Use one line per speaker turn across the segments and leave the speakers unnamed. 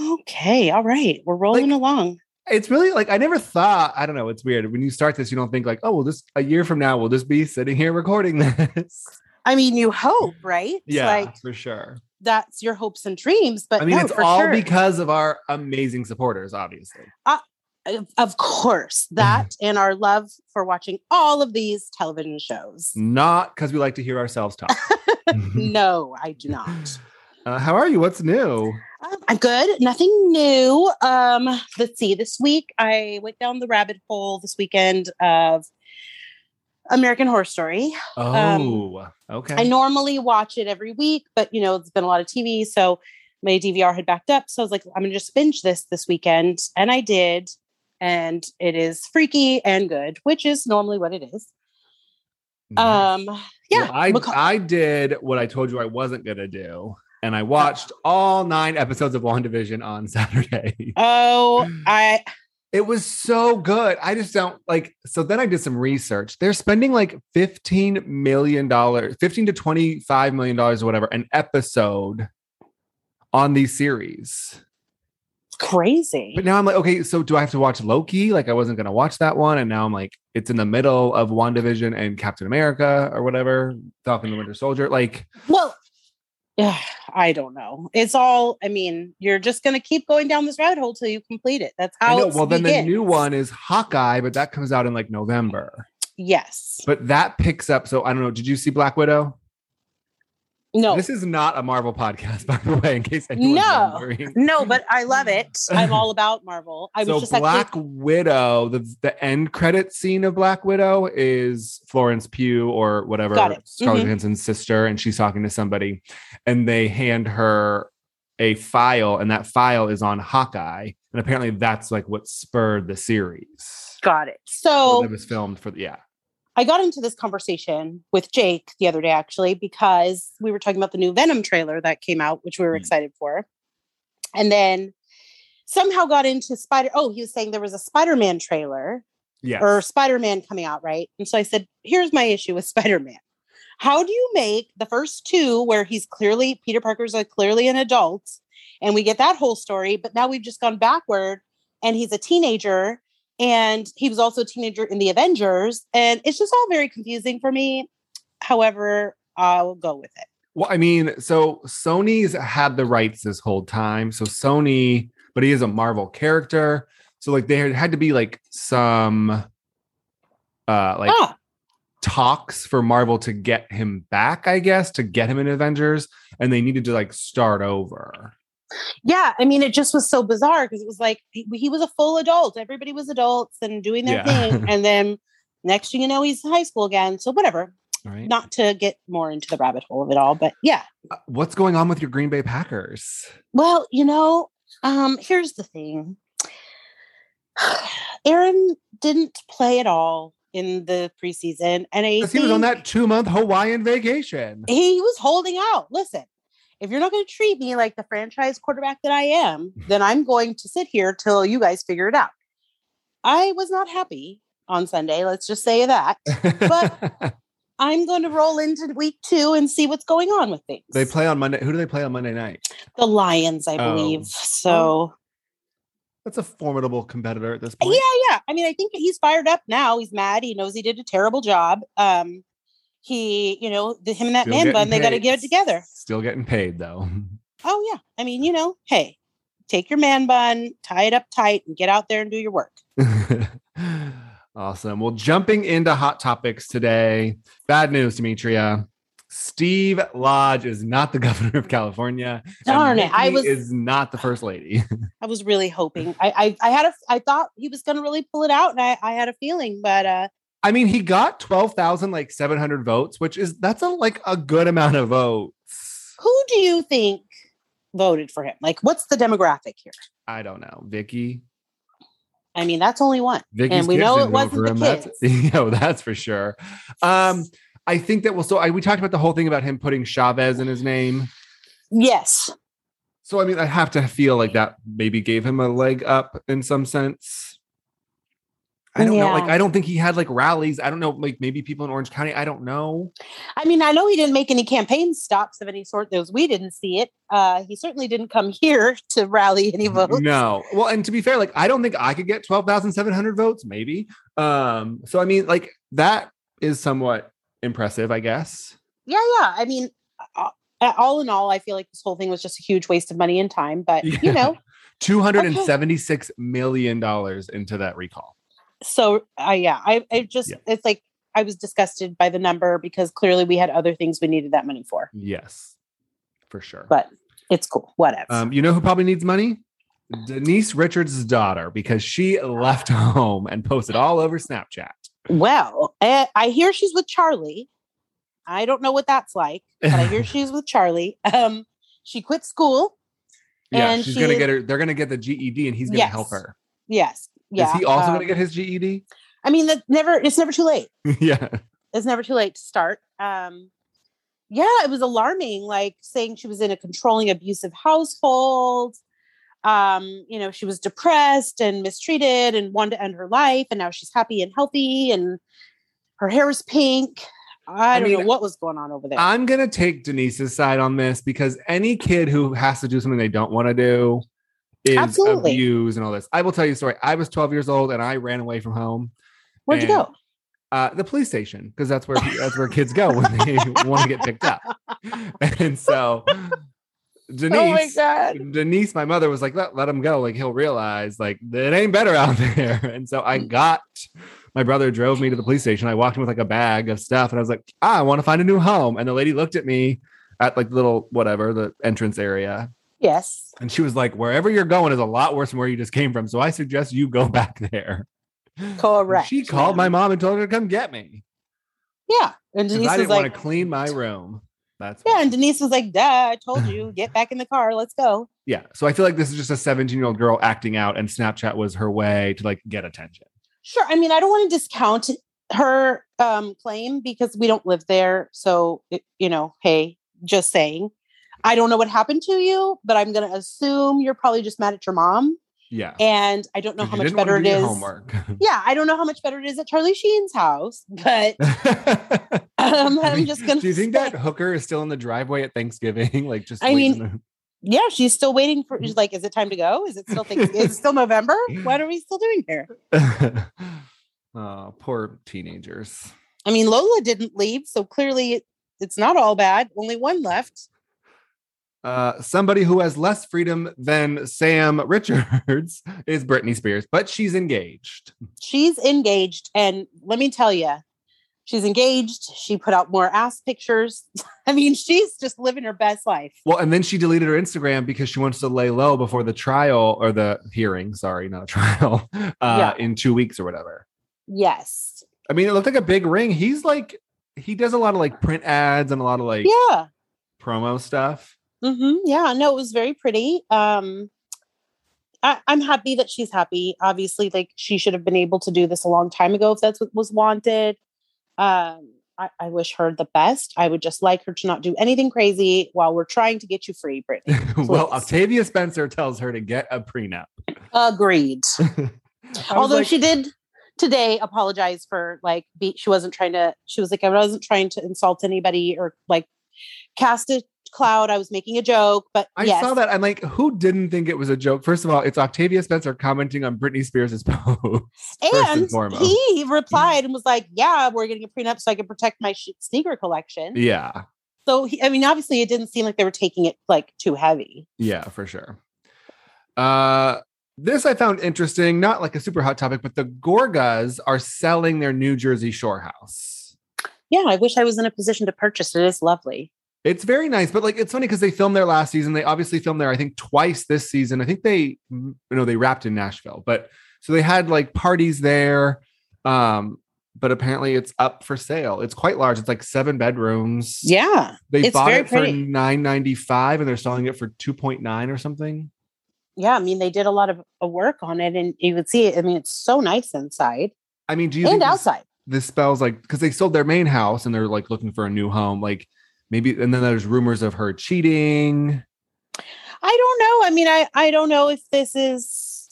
Okay, all right. We're rolling
Like-
along.
It's really like I never thought, I don't know, it's weird. When you start this, you don't think like, oh, well, this a year from now, we'll just be sitting here recording this.
I mean, you hope, right? It's
yeah,
Like
for sure.
that's your hopes and dreams, but
I mean,
no,
it's
for
all
sure.
because of our amazing supporters, obviously.
Of- of course,
Mm-hmm.
that and our love for watching all of these television shows.
Not because we like to hear ourselves talk. Mm-hmm.
no, I do not.
Uh, how are you? What's new?
Um, I'm good. Nothing new. Um, let's see. This week I went down the rabbit hole this weekend of American Horror Story. Um,
Oh, okay.
I normally watch it every week, but you know, it's been a lot of TV, so my DVR had backed up. So I was like, I'm gonna just binge this this weekend, and I did. And it is freaky and good, which is normally what it is.
Nice.
Um,
Mm-hmm.
yeah,
Well, I
because-
I did what I told you I wasn't gonna do, and I
Uh,
watched all nine episodes of WandaVision on Saturday.
oh, I
It was so good. I just don't like. So then I did some research. They're spending like fifteen million dollars, fifteen to twenty-five million dollars, or whatever, an episode on these series.
crazy.
But now I'm like, okay, so do I have to watch Loki? Like I wasn't gonna watch that one, and now I'm like, it's in the middle of WandaVision and Captain America or whatever, Falcon and the Winter Soldier. Like,
Well, yeah, I don't know. It's all. I mean, you're just going to keep going down this rabbit hole till you complete it. That's
I
how.
know.
it
Well, then the
begins.
new one is Hawkeye, but that comes out in like November.
Yes.
But that picks up. So I don't know. Did you see Black Widow?
No.
This is not a Marvel podcast, by the way, in case anyone's
No.
wondering.
No, but I love it. I'm all about Marvel. I was
so
just
Black
actually.
Widow, the the end credit scene of Black Widow is Florence Pugh or whatever
Got it.
Scarlett
Mhm.
Johansson's sister, and she's talking to somebody, and they hand her a file, and that file is on Hawkeye, and apparently that's like what spurred the series.
Got it.
Oh,
So
it was filmed for the yeah.
I got into this conversation with Jake the other day, actually, because we were talking about the new Venom trailer that came out, which we were
Mm.
excited for. And then somehow got into Spider. Oh, he was saying there was a Spider Man trailer
Yes.
or Spider Man coming out, right? And so I said, here's my issue with Spider Man. How do you make the first two where he's clearly, Peter Parker's like clearly an adult, and we get that whole story, but now we've just gone backward and he's a teenager and he was also a teenager in the Avengers. And it's just all very confusing for me. However, I'll go with it.
Well, I mean, so Sony's had the rights this whole time. So Sony, but he is a Marvel character. So like there had to be like some uh like
ah,
talks for Marvel to get him back, I guess, to get him in Avengers, and they needed to like start over.
yeah. I mean, it just was so bizarre because it was like he, he was a full adult. Everybody was adults and doing their
Yeah.
thing. And then next thing you know, he's in high school again. So, whatever.
Right.
not to get more into the rabbit hole of it all, but yeah.
Uh, What's going on with your Green Bay Packers?
Well, you know, um, here's the thing. Aaron didn't play at all in the preseason, and I
'Cause he was on
think
that two month Hawaiian vacation.
he was holding out. Listen, if you're not going to treat me like the franchise quarterback that I am,
Mm-hmm.
then I'm going to sit here till you guys figure it out. I was not happy on Sunday. Let's just say that. But- I'm going to roll into week two and see what's going on with things.
they play on Monday. Who do they play on Monday night?
the Lions, I
Oh.
believe. So.
That's a formidable competitor at this
Yeah,
point.
yeah. I mean, I think he's fired up now. He's mad. He knows he did a terrible job. Um, he, you know, the, him and that
Still
man
getting
bun, they got to
paid.
get it together.
Still getting paid though.
Oh yeah. I mean, you know, hey, take your man bun, tie it up tight, and get out there and do your work.
awesome. Well, jumping into hot topics today. Bad news, Demetria. Steve Lodge is not the governor of California. and
Darn it! I
Nikki
was,
is not the first lady.
I was really hoping. I, I, I had a, I thought he was going to really pull it out, and I, I had a feeling, but uh,
I mean, he got twelve thousand like seven hundred votes, which is that's a like a good amount of votes.
who do you think voted for him? Like, what's the demographic here?
I don't know. Vicky.
I mean, that's only one.
Vicky's
we
kids
know
didn't
it
vote
wasn't
for
the
him. That's, you know, that's for sure. Um, I think that well, so I, we talked about the whole thing about him putting Chavez in his name.
Yes.
So I mean, I have to feel like that maybe gave him a leg up in some sense. I don't know.
Yeah.
Like, I don't think he had like rallies. I don't know. Like, maybe people in Orange County. I don't know.
I mean, I know he didn't make any campaign stops of any sort. Those we didn't see it. Uh, he certainly didn't come here to rally any votes.
No. Well, and to be fair, like I don't think I could get 12,700 votes, maybe. Um, so I mean, like that is somewhat impressive, I guess.
Yeah, yeah. I mean, uh, all in all, I feel like this whole thing was just a huge waste of money and time. But
Yeah.
you know,
two hundred and seventy-six million dollars into that recall.
so I yeah, I I just
Yeah.
it's like I was disgusted by the number because clearly we had other things we needed that money for.
Yes, for sure.
But it's cool, whatever.
Um, you know who probably needs money? Denise Richards' daughter, because she left home and posted all over Snapchat.
well, eh, I hear she's with Charlie. I don't know what that's like, but I hear she's with Charlie. Um, she quit school.
Yeah,
And
she's
she
gonna
is-
get her. They're gonna get the GED, and he's gonna
Yes.
help her.
Yes. Yeah.
Is he also gonna
um,
get his GED?
I mean, that never. It's never too late.
yeah.
It's never too late to start. Um, yeah, it was alarming. Like saying she was in a controlling, abusive household. Um, you know, she was depressed and mistreated, and wanted to end her life, and now she's happy and healthy, and her hair is pink. I,
I
don't know
mean,
what was going on over there.
I'm gonna take Denise's side on this because any kid who has to do something they don't want to do is
Absolutely.
abused and all this. I will tell you a story. I was 12 years old and I ran away from home.
Where'd you
and-
go?
Uh, the police station, because that's where that's where kids go when they want to get picked up. And so
Oh
Denise,
god!
Denise, my mother was like, let, let him go. Like he'll realize like it ain't better out there. And so
Mm.
I got my brother drove me to the police station. I walked in with like a bag of stuff and I was like, ah, I want to find a new home. And the lady looked at me at like the little whatever, the entrance area.
Yes.
And she was like, wherever you're going is a lot worse than where you just came from. So I suggest you go back there. And
Correct.
She called my
ma'am.
mom and told her to come get me.
Yeah, and
'Cause
Denise
I
was
didn't
like,
want to clean my room. That's
"Yeah,"
why.
and Denise was like, "Duh, I told you, get back in the car, let's go."
yeah. So I feel like this is just a 17 year old girl acting out, and Snapchat was her way to like get attention.
Sure. I mean, I don't want to discount her um, claim because we don't live there. So, it- you know, hey, just saying. I don't know what happened to you, but I'm going to assume you're probably just mad at your mom.
Yeah.
And I don't know
'Cause
how
you
much
didn't wanna
better it
do your
is.
Homework.
Yeah, I don't know how much better it is at Charlie Sheen's house, but um,
I
I'm
mean,
just going to.
Do you think that hooker is still in the driveway at Thanksgiving? Like just.
I
waiting
Yeah, she's still waiting for.
Mm.
She's like, is it time to go? Is it still? Thanks- is it still November? What are we still doing here?
to- oh, poor teenagers.
I mean, Lola didn't leave, so clearly it's not all bad. Only one left.
Uh, somebody who has less freedom than Sam Richards is Britney Spears, but she's engaged.
she's engaged and let me tell you she's engaged she put out more ass pictures i mean she's just living her best life
Well, and then she deleted her Instagram because she wants to lay low before the trial or the hearing. Sorry, not a trial. Uh,
Yeah.
In two weeks or whatever.
yes
I mean, it looked like a big ring. He's like, he does a lot of like print ads and a lot of like
yeah
promo stuff.
hmm yeah no it was very pretty um I, i'm happy that she's happy obviously like she should have been able to do this a long time ago if that's what was wanted um I, I wish her the best. I would just like her to not do anything crazy while we're trying to get you free, Brittany.
well,
Please.
Octavia Spencer tells her to get a prenup.
Agreed.
I was
Although
like,
she did today apologize for like be, she wasn't trying to she was like I wasn't trying to insult anybody or like cast a cloud I was making a joke but
I
yes
saw that. I'm like, who didn't think it was a joke? First of all, it's Octavia Spencer commenting on Britney Spears' post.
Mm-hmm.
first and
and
foremost.
he replied and was like yeah we're getting a prenup so I can protect my sh- sneaker collection
yeah.
so he, I mean obviously it didn't seem like they were taking it like too heavy
Yeah, for sure. Uh this I found interesting, not like a super hot topic, but the Gorgas are selling their New Jersey Shore house.
yeah I wish I was in a position to purchase it is lovely
It's very nice, but like it's funny because they filmed there last season. They obviously filmed there, I think, twice this season. I think they, you know, they wrapped in Nashville, but so they had like parties there. Um, but apparently it's up for sale. It's quite large. It's like seven bedrooms.
Yeah.
They
it's
bought
very
it for
pretty.
nine ninety five, and they're selling it for two point nine or something.
Yeah. I mean, they did a lot of uh, work on it and you would see it. I mean, it's so nice inside
I mean, do you
and
think this-
outside.
this spells like because they sold their main house and they're like looking for a new home like maybe and then there's rumors of her cheating
I don't know. I mean, I, I don't know if this is,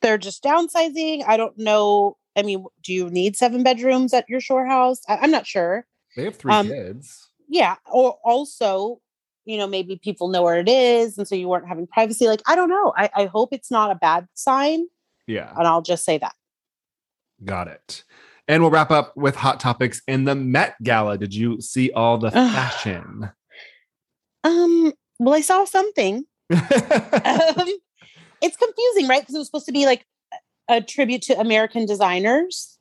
they're just downsizing. I don't know. I mean, do you need seven bedrooms at your shore house? I, I'm not sure.
they have three
Um,
kids
yeah or also you know maybe people know where it is and so you weren't having privacy like i don't know i, I hope it's not a bad sign
yeah
and i'll just say that
got it and we'll wrap up with hot topics and the met gala did you see all the
Ugh.
fashion
um well i saw something um, it's confusing right because it was supposed to be like a tribute to american designers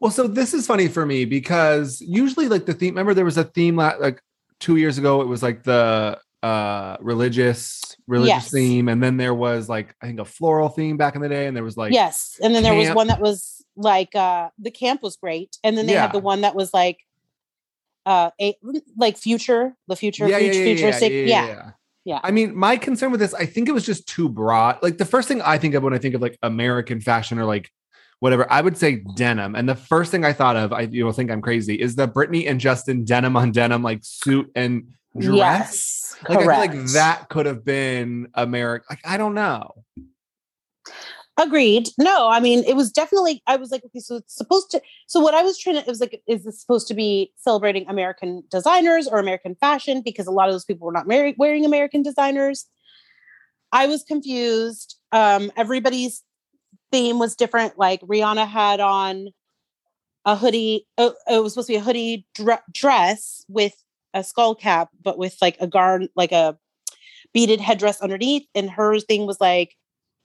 well so this is funny for me because usually like the theme remember there was a theme la- like two years ago it was like the uh religious religious
Yes.
theme and then there was like i think a floral theme back in the day and there was like
yes and then there was
camp.
one that was like uh the camp was great and then they had the
Yeah.
one that was like uh a, like future the future fut- futuristic Yeah.
I mean, my concern with this, I think it was just too broad. Like the first thing I think of when I think of like American fashion or like whatever, I would say denim. And the first thing I thought of, I you'll think I'm crazy, is the Britney and Justin denim on denim like suit and dress.
yes
Like I feel like
correct.
that could have been America. Like I don't know.
Agreed. No, I mean it was definitely. I was like, okay, so it's supposed to. So what I was trying to, it was like, is this supposed to be celebrating American designers or American fashion? Because a lot of those people were not mar- wearing American designers. I was confused. Um, everybody's theme was different. Like Rihanna had on a hoodie. Oh, it was supposed to be a hoodie dre- dress with a skull cap, but with like a garn, like a beaded headdress underneath. And her thing was like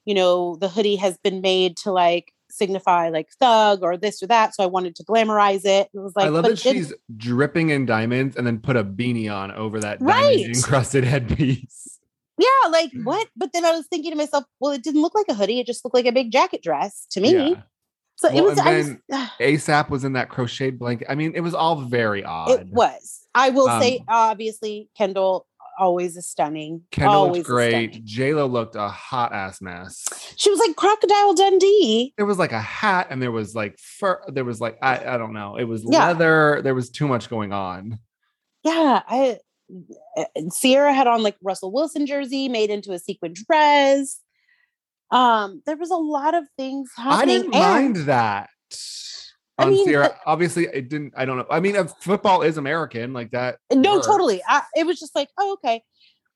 you know, the hoodie has been made to like signify like thug or this or that. So I wanted to glamorize it. It was like,
I love
but
that
it didn't-
she's dripping in diamonds and then put a beanie on over that
Right.
diamond encrusted headpiece.
yeah, like
Hmm.
what? But then I was thinking to myself, well, it didn't look like a hoodie. It just looked like a big jacket dress to me.
Yeah.
So it
Well,
was,
and
I was,
then ASAP was in that crocheted blanket. I mean, it was all very odd.
uh, it was. I will say,
Um,
obviously, Kendall always is stunning.
Kendall
always
looked
is
great.
stunning.
J Lo looked a hot ass mess.
She was like Crocodile Dundee.
There was like a hat, and there was like fur. There was like I, I don't know. It was
Yeah.
leather. There was too much going on.
Yeah, I uh, Sierra had on like Russell Wilson jersey made into a sequin dress. Um, there was a lot of things
I
happening.
didn't
and-
mind that.
I
On
mean,
Sierra, obviously, it didn't. I don't know. I mean, uh, football is American, like that.
no,
works.
totally. I, it was just like, oh, okay.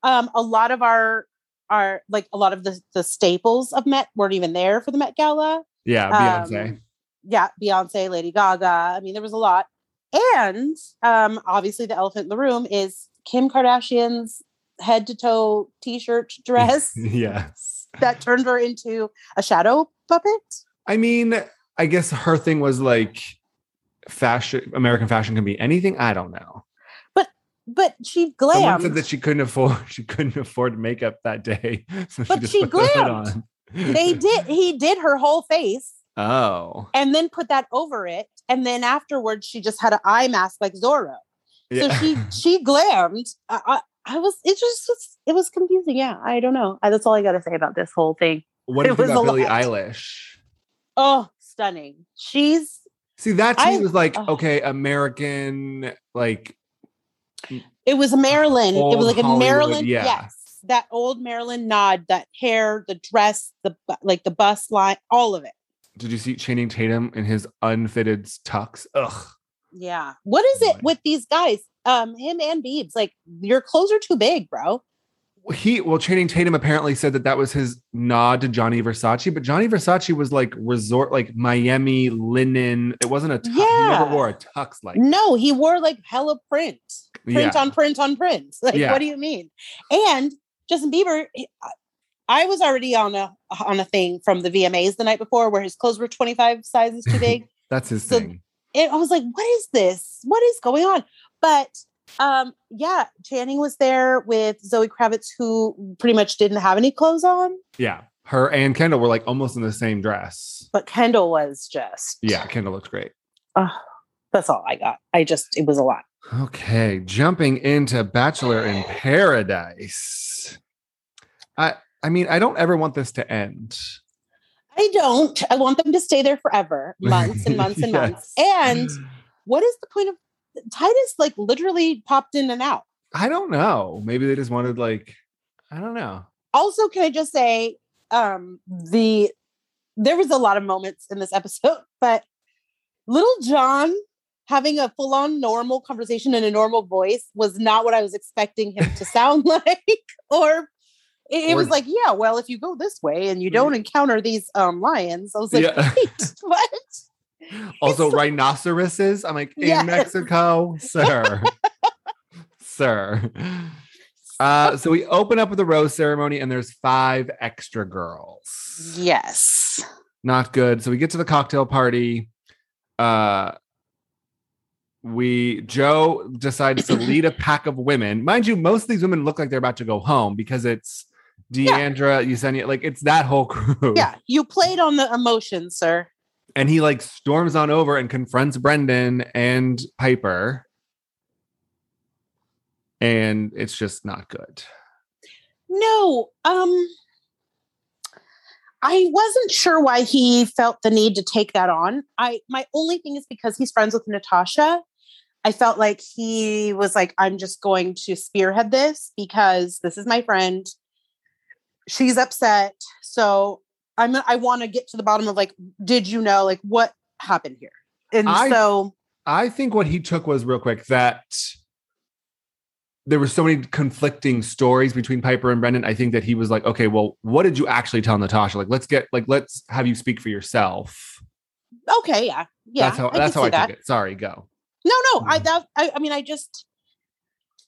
Um, a lot of our our like a lot of the the staples of Met weren't even there for the Met Gala.
Yeah,
Um,
Beyonce.
Yeah, Beyonce, Lady Gaga. I mean, there was a lot. And um, obviously, the elephant in the room is Kim Kardashian's head to toe t shirt dress.
yes.
that turned her into a shadow puppet.
I mean, I guess her thing was like fashion. American fashion can be anything. I don't know.
But she
Someone said
glammed.
that she couldn't afford she couldn't afford makeup that day, so
But
she just
she
put the hood
glammed.
on.
they did. He did her whole face
Oh,
and then put that over it. And then afterwards, she just had an eye mask like Zorro. So she she glammed. I, I, I was it just was- it was confusing. Yeah, I don't know. I, that's all I got to say about this whole thing.
what do
it
you think
was
about
a
Billie
lot.
Eilish?
Oh, stunning. She's
See, that to
I-
me was like
ugh.
okay, American, like
it was Maryland. It
Old
was like a
Hollywood,
Maryland.
yeah.
Yes, that old Maryland nod, that hair, the dress, the bu- like the bus line, all of it.
did you see Channing Tatum in his unfitted tux? Ugh.
Yeah. What is it
Right.
with these guys? Um, him and Beebs. Like your clothes are too big, bro.
He well, Channing Tatum apparently said that that was his nod to Johnny Versace, but Johnny Versace was like resort, like Miami linen. It wasn't a tux. He
Yeah.
never wore a tux like
No, he wore like hella print, print
yeah.
on print on print. Like,
Yeah.
what do you mean? And Justin Bieber, he- I- I was already on a on a thing from the VMAs the night before where his clothes were 25 sizes too big.
That's his
So-
thing.
it, I was like, what is this? What is going on? But um, yeah, Channing was there with Zoe Kravitz, who pretty much didn't have any clothes on,
Yeah. Her and Kendall were like almost in the same dress.
but Kendall was just
Yeah, Kendall looks great.
Ugh, that's all I got. I just it was a lot.
Okay, jumping into Bachelor in Paradise. I I mean, I don't ever want this to end.
I don't. I want them to stay there forever, months and months and months. And what is the point of Titus? Like literally popped in and out.
I don't know. Maybe they just wanted like I don't know.
Also, can I just say um the there was a lot of moments in this episode, but little John having a full on normal conversation in a normal voice was not what I was expecting him to sound like. Or it, it
Or-
was like, yeah, well, if you go this way and you don't encounter these um, lions, I was like,
Yeah.
wait, what?
Also, rhinoceroses. I'm like, in
Yes.
Mexico, sir. sir. Uh, so we open up with the rose ceremony, and there's five extra girls.
Yes.
not good. So we get to the cocktail party. Uh we Joe decides to lead a pack of women. Mind you, most of these women look like they're about to go home because it's Deandra, Yesenia, like it's that whole crew.
Yeah. You played on the emotion, sir.
And he like storms on over and confronts Brendan and Piper. And it's just not good.
No. Um I wasn't sure why he felt the need to take that on. I my only thing is because he's friends with Natasha. I felt like he was like I'm just going to spearhead this because this is my friend. She's upset. So I'm I want to get to the bottom of like did you know like what happened here? And
I-
so
I think what he took was real quick that there were so many conflicting stories between Piper and Brendan. I think that he was like, okay, well, what did you actually tell Natasha? Like, let's get like let's have you speak for yourself.
okay, yeah. Yeah.
that's how
I can
that's how
see
I
that.
took it. Sorry, go.
No, no. I
Mhm.
that I, I mean, I just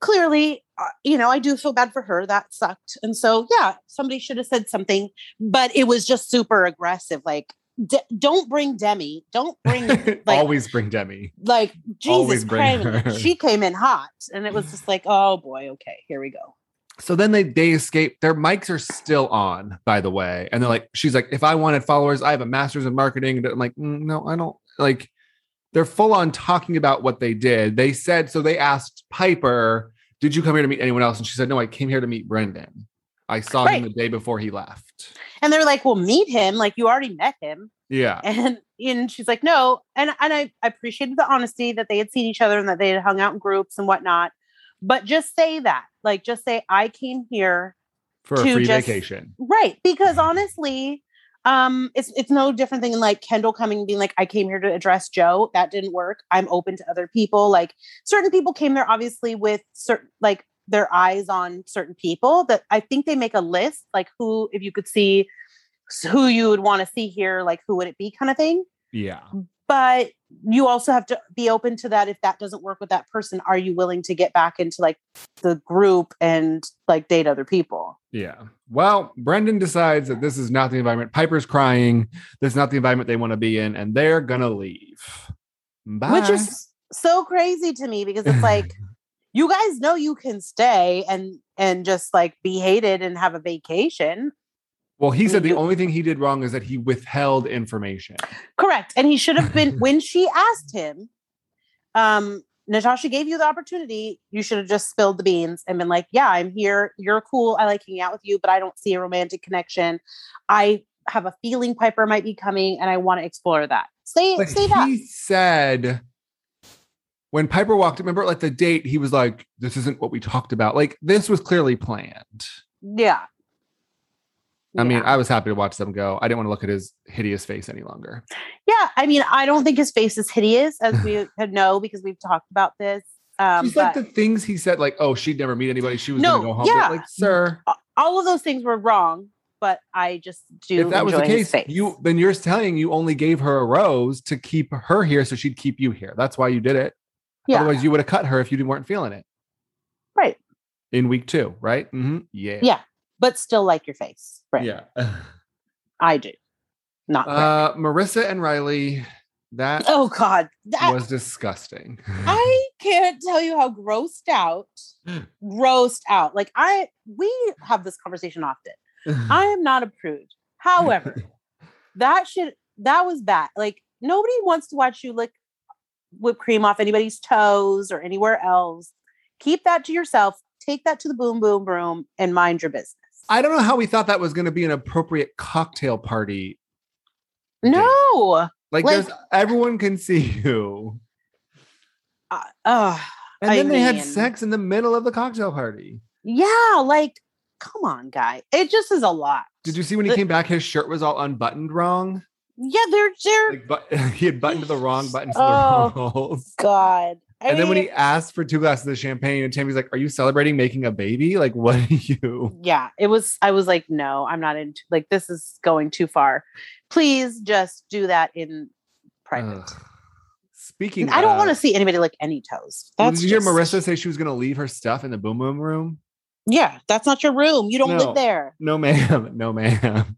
clearly, uh, you know, I do feel bad for her. That sucked, and so yeah, somebody should have said something, but it was just super aggressive. Like, de- don't bring Demi. Don't bring
Always bring Demi.
like
Always
Jesus
bring her.
Christ. She came in hot, and it was just like, oh boy, okay, here we go.
So then they they escape. Their mics are still on, by the way. And they're like, she's like, if I wanted followers, I have a master's in marketing. And I'm like, "Mm, no, I don't like they're full on talking about what they did. They said, so they asked Piper, did you come here to meet anyone else? And she said, No, I came here to meet Brendan. I saw him
Right.
the day before he left.
And they're like, well, meet him. Like, you already met him.
Yeah.
and and she's like no and and I, I appreciated the honesty that they had seen each other and that they had hung out in groups and whatnot but just say that like just say i came here
For a
To
free
just-
vacation.
right because honestly um it's it's no different than like kendall coming and being like i came here to address joe that didn't work i'm open to other people like certain people came there obviously with certain like their eyes on certain people that i think they make a list like who if you could see who you would want to see here like who would it be kind of thing
Yeah.
but you also have to be open to that if that doesn't work with that person are you willing to get back into like the group and like date other people
Yeah. Well, Brendan decides that this is not the environment. Piper's crying. This is not the environment they want to be in, and they're gonna leave. Bye.
which is so crazy to me because it's like you guys know you can stay and and just like be hated and have a vacation
Well, he said the
You-
only thing he did wrong is that he withheld information.
correct and he should have been when she asked him um Natasha gave you the opportunity. You should have just spilled the beans and been like, "Yeah, I'm here. You're cool. I like hanging out with you, but I don't see a romantic connection. I have a feeling Piper might be coming, and I want to explore that." Say,
But
say that.
he said when Piper walked, remember like the date, he was like, This isn't what we talked about. Like this was clearly planned.
Yeah.
I mean,
Yeah.
I was happy to watch them go. I didn't want to look at his hideous face any longer.
yeah. I mean, I don't think his face is hideous, as we know because we've talked about this. Um,
Just like
but
the things he said, like, oh, she'd never meet anybody. She was
No,
gonna go home.
yeah.
Like, sir.
all of those things were wrong. But I just do.
if that was the
enjoy his
case,
face.
you then you're telling you only gave her a rose to keep her here so she'd keep you here. That's why you did it.
Yeah.
Otherwise, you would have cut her if you didn't- weren't feeling it.
Right.
In week two, right? hmm Yeah.
Yeah. But still like your face. Right.
Yeah.
I do. Not. Brett.
Uh, Marissa and Riley, that
oh God, that
was disgusting.
I can't tell you how grossed out, grossed out. Like I, we have this conversation often. I am not a prude. However, that should that was bad. Like Nobody wants to watch you lick whipped cream off anybody's toes or anywhere else. Keep that to yourself. Take that to the boom boom room and mind your business.
I don't know how we thought that was going to be an appropriate cocktail party.
No.
Like,
Like-
there's everyone can see you.
Uh, ugh.
And
I
then they had
mean-
sex in the middle of the cocktail party.
yeah, like come on, guy. It just is a lot.
Did you see when he
The-
came back? His shirt was all unbuttoned wrong.
Yeah, they're they're
Like, but he had buttoned to the wrong buttons to the
Oh.
wrong holes.
God. I
And then when
mean,
he asked for two glasses of champagne, and Tammy's like, "Are you celebrating making a baby? Like, what are you?"
yeah, it was. I was like, no, I'm not into. Like, this is going too far. Please just do that in private.
Ugh. Speaking,
I don't want to
to.
see anybody lick any toes.
Did
That's
you hear
just-
Marissa say she was going to leave her stuff in the boom boom room?
Yeah, that's not your room. You don't
No.
live there.
No, ma'am. No, ma'am.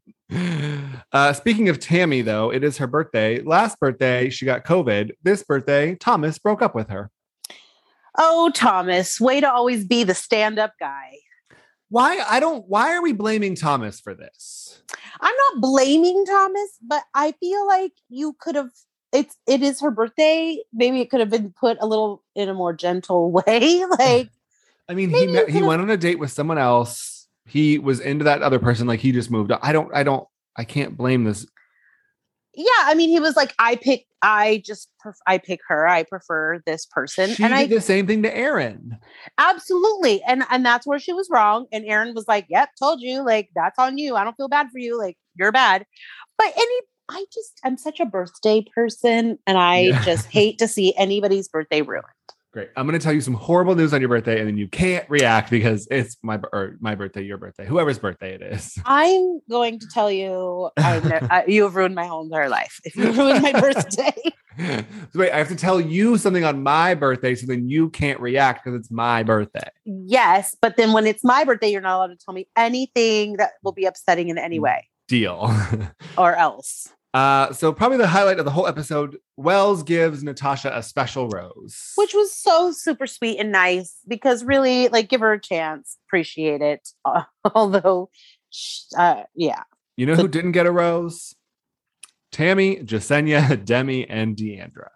Uh, speaking of Tammy, though, it is her birthday. Last birthday, she got COVID. This birthday, Thomas broke up with her.
Oh, Thomas, way to always be the stand-up guy.
Why? I don't. Why are we blaming Thomas for this?
I'm not blaming Thomas, but I feel like you could have it's it is her birthday. Maybe it could have been put a little in a more gentle way.
Mm.
Like,
I mean,
Maybe
he
you
met, he
could've-
went on a date with someone else. He was into that other person. Like he just moved. on. I don't. I don't. I can't blame this.
yeah, I mean, he was like, I pick I just pref- I pick her. I prefer this person.
she
and
did
I
the same thing to Aaron.
absolutely and and that's where she was wrong. And Aaron was like, Yep, told you, like that's on you. I don't feel bad for you. Like you're bad. But any I just I'm such a birthday person and I
Yeah.
just hate to see anybody's birthday ruined.
Great. I'm going to tell you some horrible news on your birthday, and then you can't react because it's my bir- or my birthday, your birthday, whoever's birthday it is.
I'm going to tell you, I ne- I, you have ruined my whole entire life. If you ruined my birthday,
so wait, I have to tell you something on my birthday, so then you can't react because it's my birthday.
yes. But then when it's my birthday, you're not allowed to tell me anything that will be upsetting in any way
Deal.
or else.
uh, so probably the highlight of the whole episode: Wells gives Natasha a special rose,
Which was so super sweet and nice because really, like, give her a chance. Appreciate it. Uh, although, sh- uh, yeah,
you know who didn't get a rose? Tammy, Jasenia, Demi, and Deandra.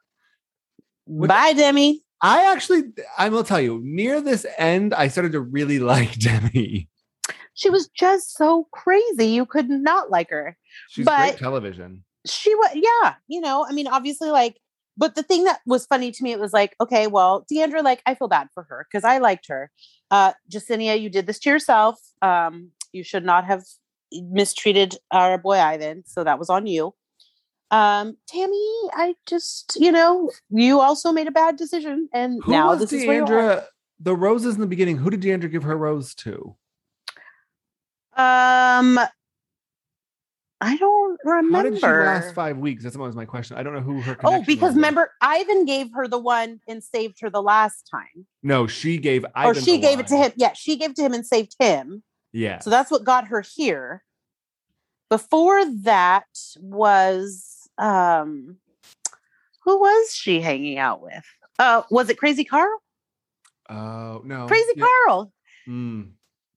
Which-
bye, Demi.
I actually, I will tell you, near this end, I started to really like Demi.
She was just so crazy. You could not like her.
She's great
But-
television.
she was yeah you know i mean obviously like but the thing that was funny to me it was like okay well deandra like i feel bad for her because i liked her uh jacinia you did this to yourself um you should not have mistreated our boy ivan so that was on you um tammy i just you know you also made a bad decision and
Who
now
was
this is where you are.
Deandra? The roses in the beginning. Who did Deandra give her rose to?
um i don't remember
How did she last five weeks? That's always my question. I don't know who her.
oh
connection
because
was.
remember ivan gave her the one and saved her the last time
no, she gave.
or
Ivan
she
the
gave it to
wine.
him. Yeah, she gave it to him and saved him.
Yeah,
So that's what got her here. Before that was um who was she hanging out with? Uh was it Crazy Carl?
Oh no,
Crazy
yeah.
Carl.
Mm,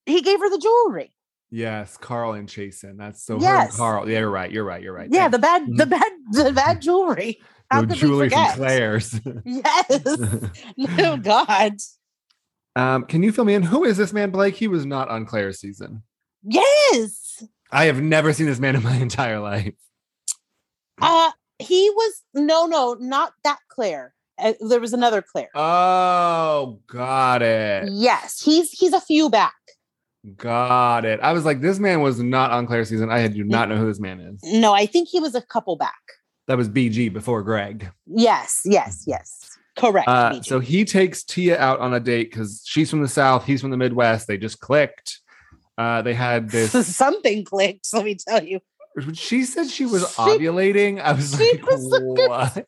He gave her the jewelry.
yes, Carl and Chasen. That's so. her and
Yes.
Carl. Yeah, you're right. You're right. You're right.
Yeah,
Thank
the bad the
Mhm.
bad the bad jewelry. How
you.
could
the
we
jewelry from
forget?
Claire's.
Yes. oh God.
um, can you fill me in? Who is this man, Blake? He was not on Claire's season.
Yes.
I have never seen this man in my entire life.
Uh he was no no, not that Claire. Uh, there was another Claire.
Oh, got it.
Yes, he's he's a few back.
Got it. I was like, this man was not on Claire's season. I do not know who this man is.
No, I think he was a couple back.
That was BG before Greg.
Yes, yes, yes. Correct.
Uh,
BG.
so he takes Tia out on a date because she's from the South, he's from the Midwest. They just clicked. Uh, they had this.
something clicked. Let me tell you,
she said she was
She-
ovulating. I was
she
like,
was looking-
what?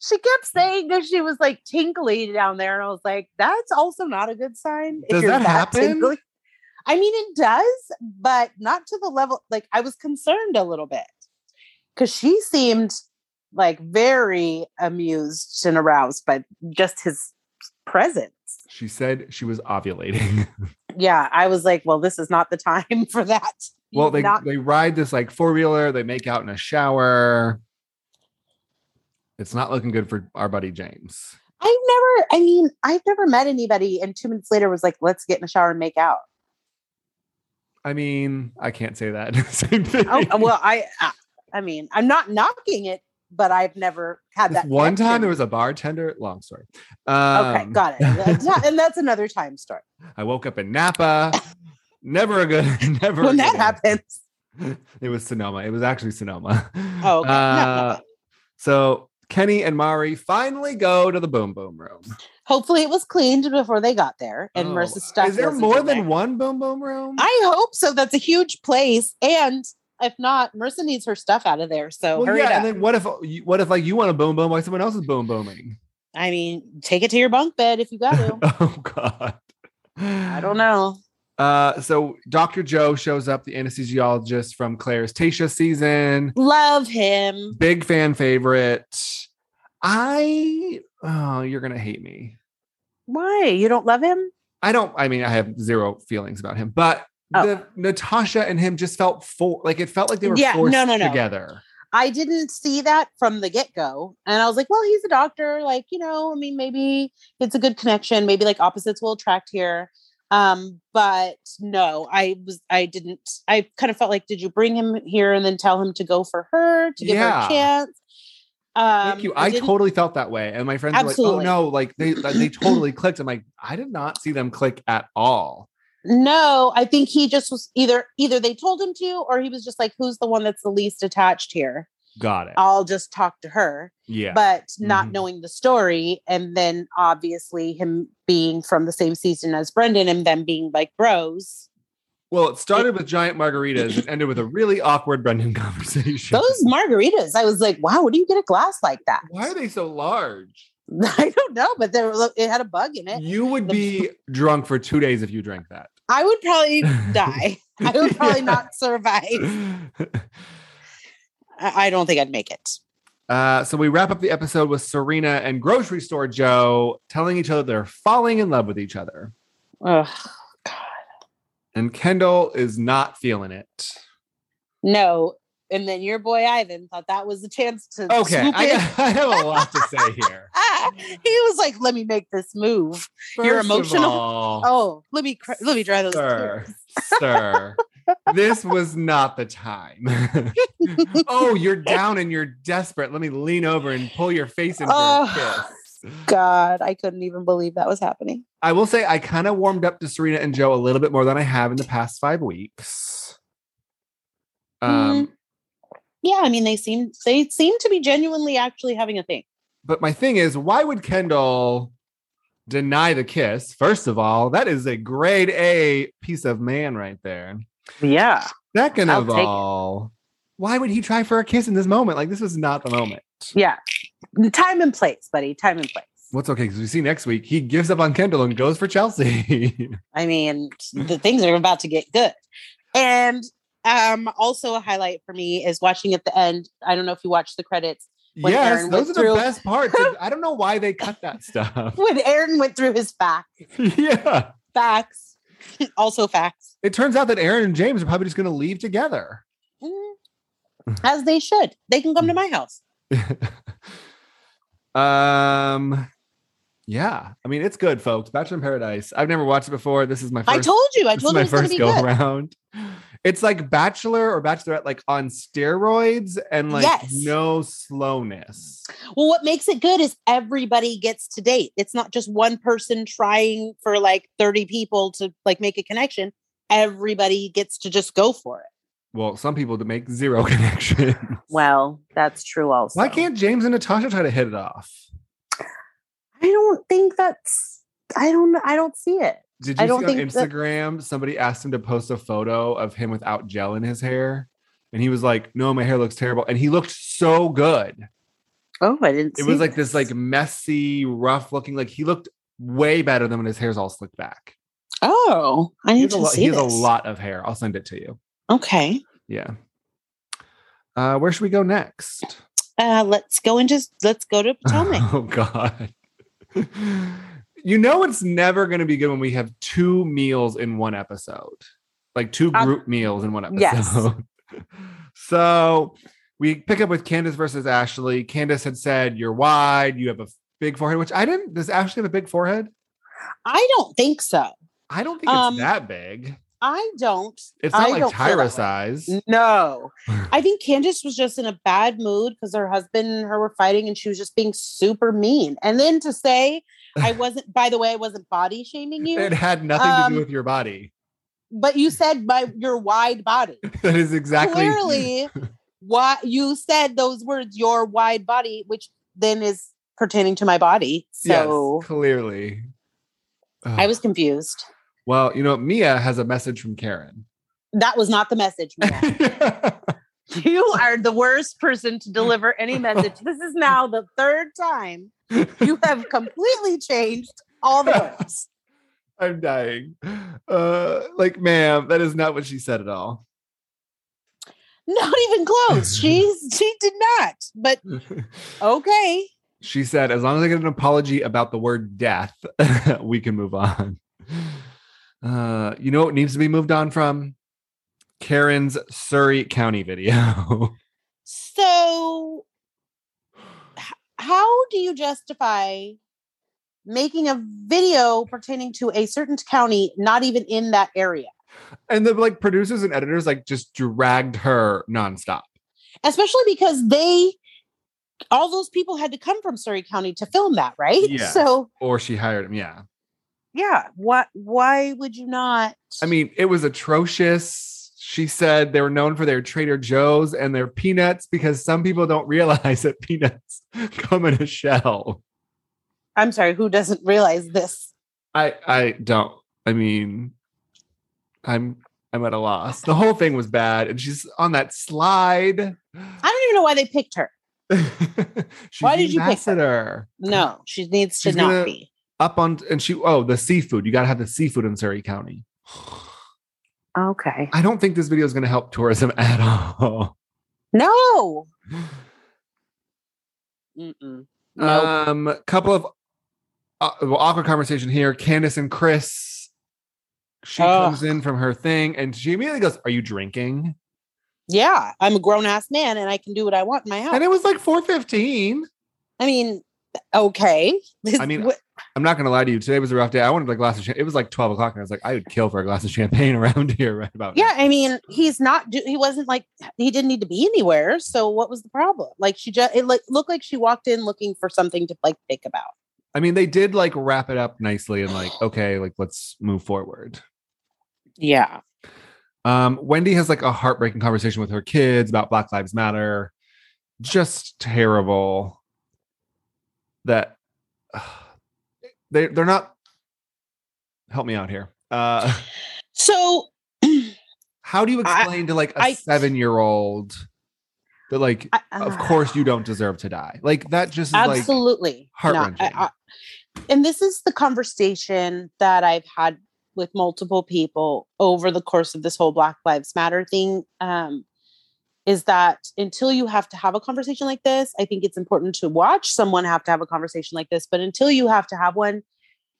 she kept saying that she was like tingly down there, and I was like, that's also not a good sign.
Does that happen?
tingly. I mean, it does, but not to the level. Like I was concerned a little bit because she seemed like very amused and aroused by just his presence.
She said she was ovulating.
Yeah, I was like, well, this is not the time for that.
well, they
not
they ride this like four wheeler. They make out in a shower. It's not looking good for our buddy James.
I've never, I mean, I've never met anybody and two minutes later was like, let's get in the shower and make out.
I mean, I can't say that. Same thing.
Oh, well, I, I, I mean, I'm not knocking it, but I've never had
This
that.
one time
connection.
there was a bartender. Long story.
Okay,
Um,
got it. and that's another time story.
I woke up in Napa. never a good. Never.
when
a
that
good
happens,
It was Sonoma. It was actually Sonoma.
oh, okay. No, no,
Uh,
no.
So Kenny and Mari finally go to the boom boom room.
hopefully it was cleaned before they got there, and
Oh,
Marissa's stuff.
Is there
wasn't
more
in
than
there.
one boom boom room?
I hope so. That's a huge place, and if not, Marissa needs her stuff out of there. So
well,
hurry
yeah,
up.
and then what if you- what if like you want to boom boom while someone else is boom booming?
I mean, take it to your bunk bed if you got to.
Oh God,
I don't know.
Uh, so Dr. Joe shows up, the anesthesiologist from Claire's Tasha season,
Love him.
big fan favorite. I oh, you're gonna hate me.
Why you don't love him?
I don't. I mean, I have zero feelings about him, but
Oh.
the Natasha and him just felt for like it felt like they were
Yeah, no,
forced
no, no.
together.
I didn't see that from the get go. And I was like, well, he's a doctor. Like, you know, I mean, maybe it's a good connection. Maybe like opposites will attract here. Um, but no, I was, I didn't, I kind of felt like, did you bring him here and then tell him to go for her to give her
Yeah.
a chance? Um,
Thank you. I
didn't-
totally felt that way, and my friends were
Absolutely.
like, "Oh no!" Like they like, they totally clicked. I'm like, I did not see them click at all.
No, I think he just was either, either they told him to, or he was just like, who's the one that's the least attached here?
Got it.
I'll just talk to her.
yeah.
Uh, but not
Mhm.
knowing the story and then obviously him being from the same season as Brendan and them being like bros.
well, it started with giant margaritas and ended with a really awkward Brendan conversation.
Those margaritas, I was like, wow, where do you get a glass like that?
Why are they so large?
I don't know, but there was- it had a bug in it.
You would be drunk for two days if you drank that.
I would probably die. I would probably not survive. I I don't think I'd make it.
Uh, so we wrap up the episode with Serena and grocery store Joe telling each other they're falling in love with each other,
Ugh.
and Kendall is not feeling it.
No. And then your boy Ivan thought that was a chance to
Okay,
swoop
I,
in.
I have a lot to say here.
Ah, he was like, "Let me make this move." You're
First of
emotional?
all,
Oh, let me cr- let me dry those
sir,
tears.
sir, this was not the time. oh, you're down and you're desperate. Let me lean over and pull your face in for
Oh.
a kiss.
God, I couldn't even believe that was happening.
I will say I kind of warmed up to Serena and Joe a little bit more than I have in the past five weeks. Um,
Mm-hmm. Yeah, I mean, they seem they seem to be genuinely actually having a thing.
but my thing is, why would Kendall deny the kiss? First of all, that is a grade A piece of man right there.
Yeah,
Second
I'll
of
take it.
all, why would he try for a kiss in this moment? Like this was not the moment.
yeah. Time and place, buddy. Time and place.
What's okay because we see next week he gives up on Kendall and goes for Chelsea.
I mean, the things are about to get good. And um, also a highlight for me is watching at the end. I don't know if you watched the credits When
yes,
Aaron
those are
went
the
through-
best parts. I don't know why they cut that stuff.
when Aaron went through his facts.
yeah.
Facts, also facts,
It turns out that Aaron and James are probably just going to leave together.
Mm. as they should. They can come
Hmm.
to my house.
um, yeah. I mean, it's good, folks. Bachelor in Paradise. I've never watched it before. This is my first.
I told you. I
this is
told you
my
it was going to
first
be
go
good.
around. It's like Bachelor or Bachelorette, like on steroids and like
Yes.
no slowness.
Well, what makes it good is everybody gets to date. It's not just one person trying for like 30 people to like make a connection. Everybody gets to just go for it.
Well, some people that make zero connection.
Well, that's true also.
Why can't James and Natasha try to hit it off?
I don't think that's I don't I don't see it.
Did
I
you see
don't
on
think that-
Instagram somebody asked him to post a photo of him without gel in his hair? And he was like, No, my hair looks terrible. And he looked so good.
Oh, I didn't
It was like this like messy, rough looking, like he looked way better than when his hair's all slicked back.
Oh, I
He has,
need to
a, lot,
see
he has a
this.
lot of hair. I'll send it to you.
Okay.
Yeah. Uh, where should we go next?
Uh let's go and just let's go to Potomac.
Oh God. you know it's never going to be good when we have two meals in one episode, like two
Um,
group meals in one episode.
yes.
so we pick up with Candace versus Ashley. Candace had said, You're wide, you have a big forehead, which I didn't. Does Ashley have a big forehead?
I don't think so.
I don't think it's
Um,
that big.
I don't.
It's not
I
like
don't feel that
Tyra
way.
size.
No, I think Candace was just in a bad mood because her husband and her were fighting, and she was just being super mean. And then to say, I wasn't. By the way, I wasn't body shaming you,
It had nothing to
Um,
do with your body.
but you said my your wide body.
That is exactly
Clearly, why you said those words, your wide body, which then is pertaining to my body. So
yes, clearly. Ugh.
I was confused.
well, you know, Mia has a message from Karen.
That was not the message. Mia. you are the worst person to deliver any message. This is now the third time you have completely changed all the words.
I'm dying. Uh, like, ma'am, that is not what she said at all.
Not even close. She's she did not. But okay.
She said, as long as I get an apology about the word death, we can move on. Uh, you know what needs to be moved on from? Karen's Surrey County video.
So h- how do you justify making a video pertaining to a certain county not even in that area?
and the like producers and editors like just dragged her nonstop.
Especially because they all those people had to come from Surrey County to film that, right?
Yes.
So
Or she hired him. Yeah.
yeah what why would you not
I mean, it was atrocious. She said they were known for their Trader Joe's and their peanuts because some people don't realize that peanuts come in a shell.
i'm sorry who doesn't realize this
I I don't. I mean, I'm I'm at a loss. The whole thing was bad, and she's on that slide.
i don't even know why they picked her
she's
Why did you pick her?
her?
no she needs to
She's
not
gonna-
be
Up on and she oh the seafood. You gotta have the seafood in Surrey County.
okay
I don't think this video is gonna help tourism at all.
no Mm-mm. no
Um, couple of uh, well, awkward conversation here. Candace and Chris. She
Ugh.
comes in from her thing, and she immediately goes, "Are you drinking?"
yeah i'm a grown-ass man and i can do what i want in my house
And it was like four fifteen.
i mean okay
I mean,
What-
I'm not gonna lie to you. Today was a rough day. I wanted a glass of champagne. It was like twelve o'clock, and I was like, I would kill for a glass of champagne around here right about now.
yeah i mean he's not do- he wasn't like he didn't need to be anywhere so what was the problem like she just it like looked like she walked in looking for something to like think about
I mean, they did like wrap it up nicely and like, okay, like let's move forward.
yeah
Um, Wendy has like a heartbreaking conversation with her kids about Black Lives Matter. Just terrible. That they they're not. Help me out here. Uh,
So
how do you
I-
explain to like a
I- Uh,
seven year old that like,
I- ah.
of course you don't deserve to die? Like that just is like
absolutely No, I-
heart-wrenching.
I- and this is the conversation that I've had with multiple people over the course of this whole Black Lives Matter thing. Um, is that until you have to have a conversation like this, I think it's important to watch someone have to have a conversation like this. But until you have to have one,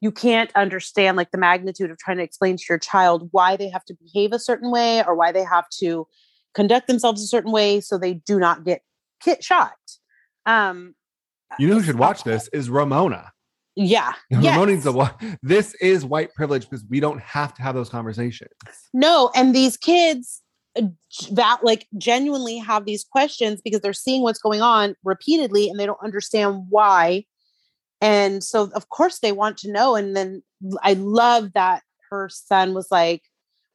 you can't understand like the magnitude of trying to explain to your child why they have to behave a certain way or why they have to conduct themselves a certain way so they do not get kit shot. Um,
you know who should watch this is Ramona.
yeah.
Ramona
uh, Yes.
needs to watch. This is white privilege because we don't have to have those conversations.
No, and these kids uh, g- that like genuinely have these questions because they're seeing what's going on repeatedly and they don't understand why. And so of course they want to know and then l- I love that her son was like,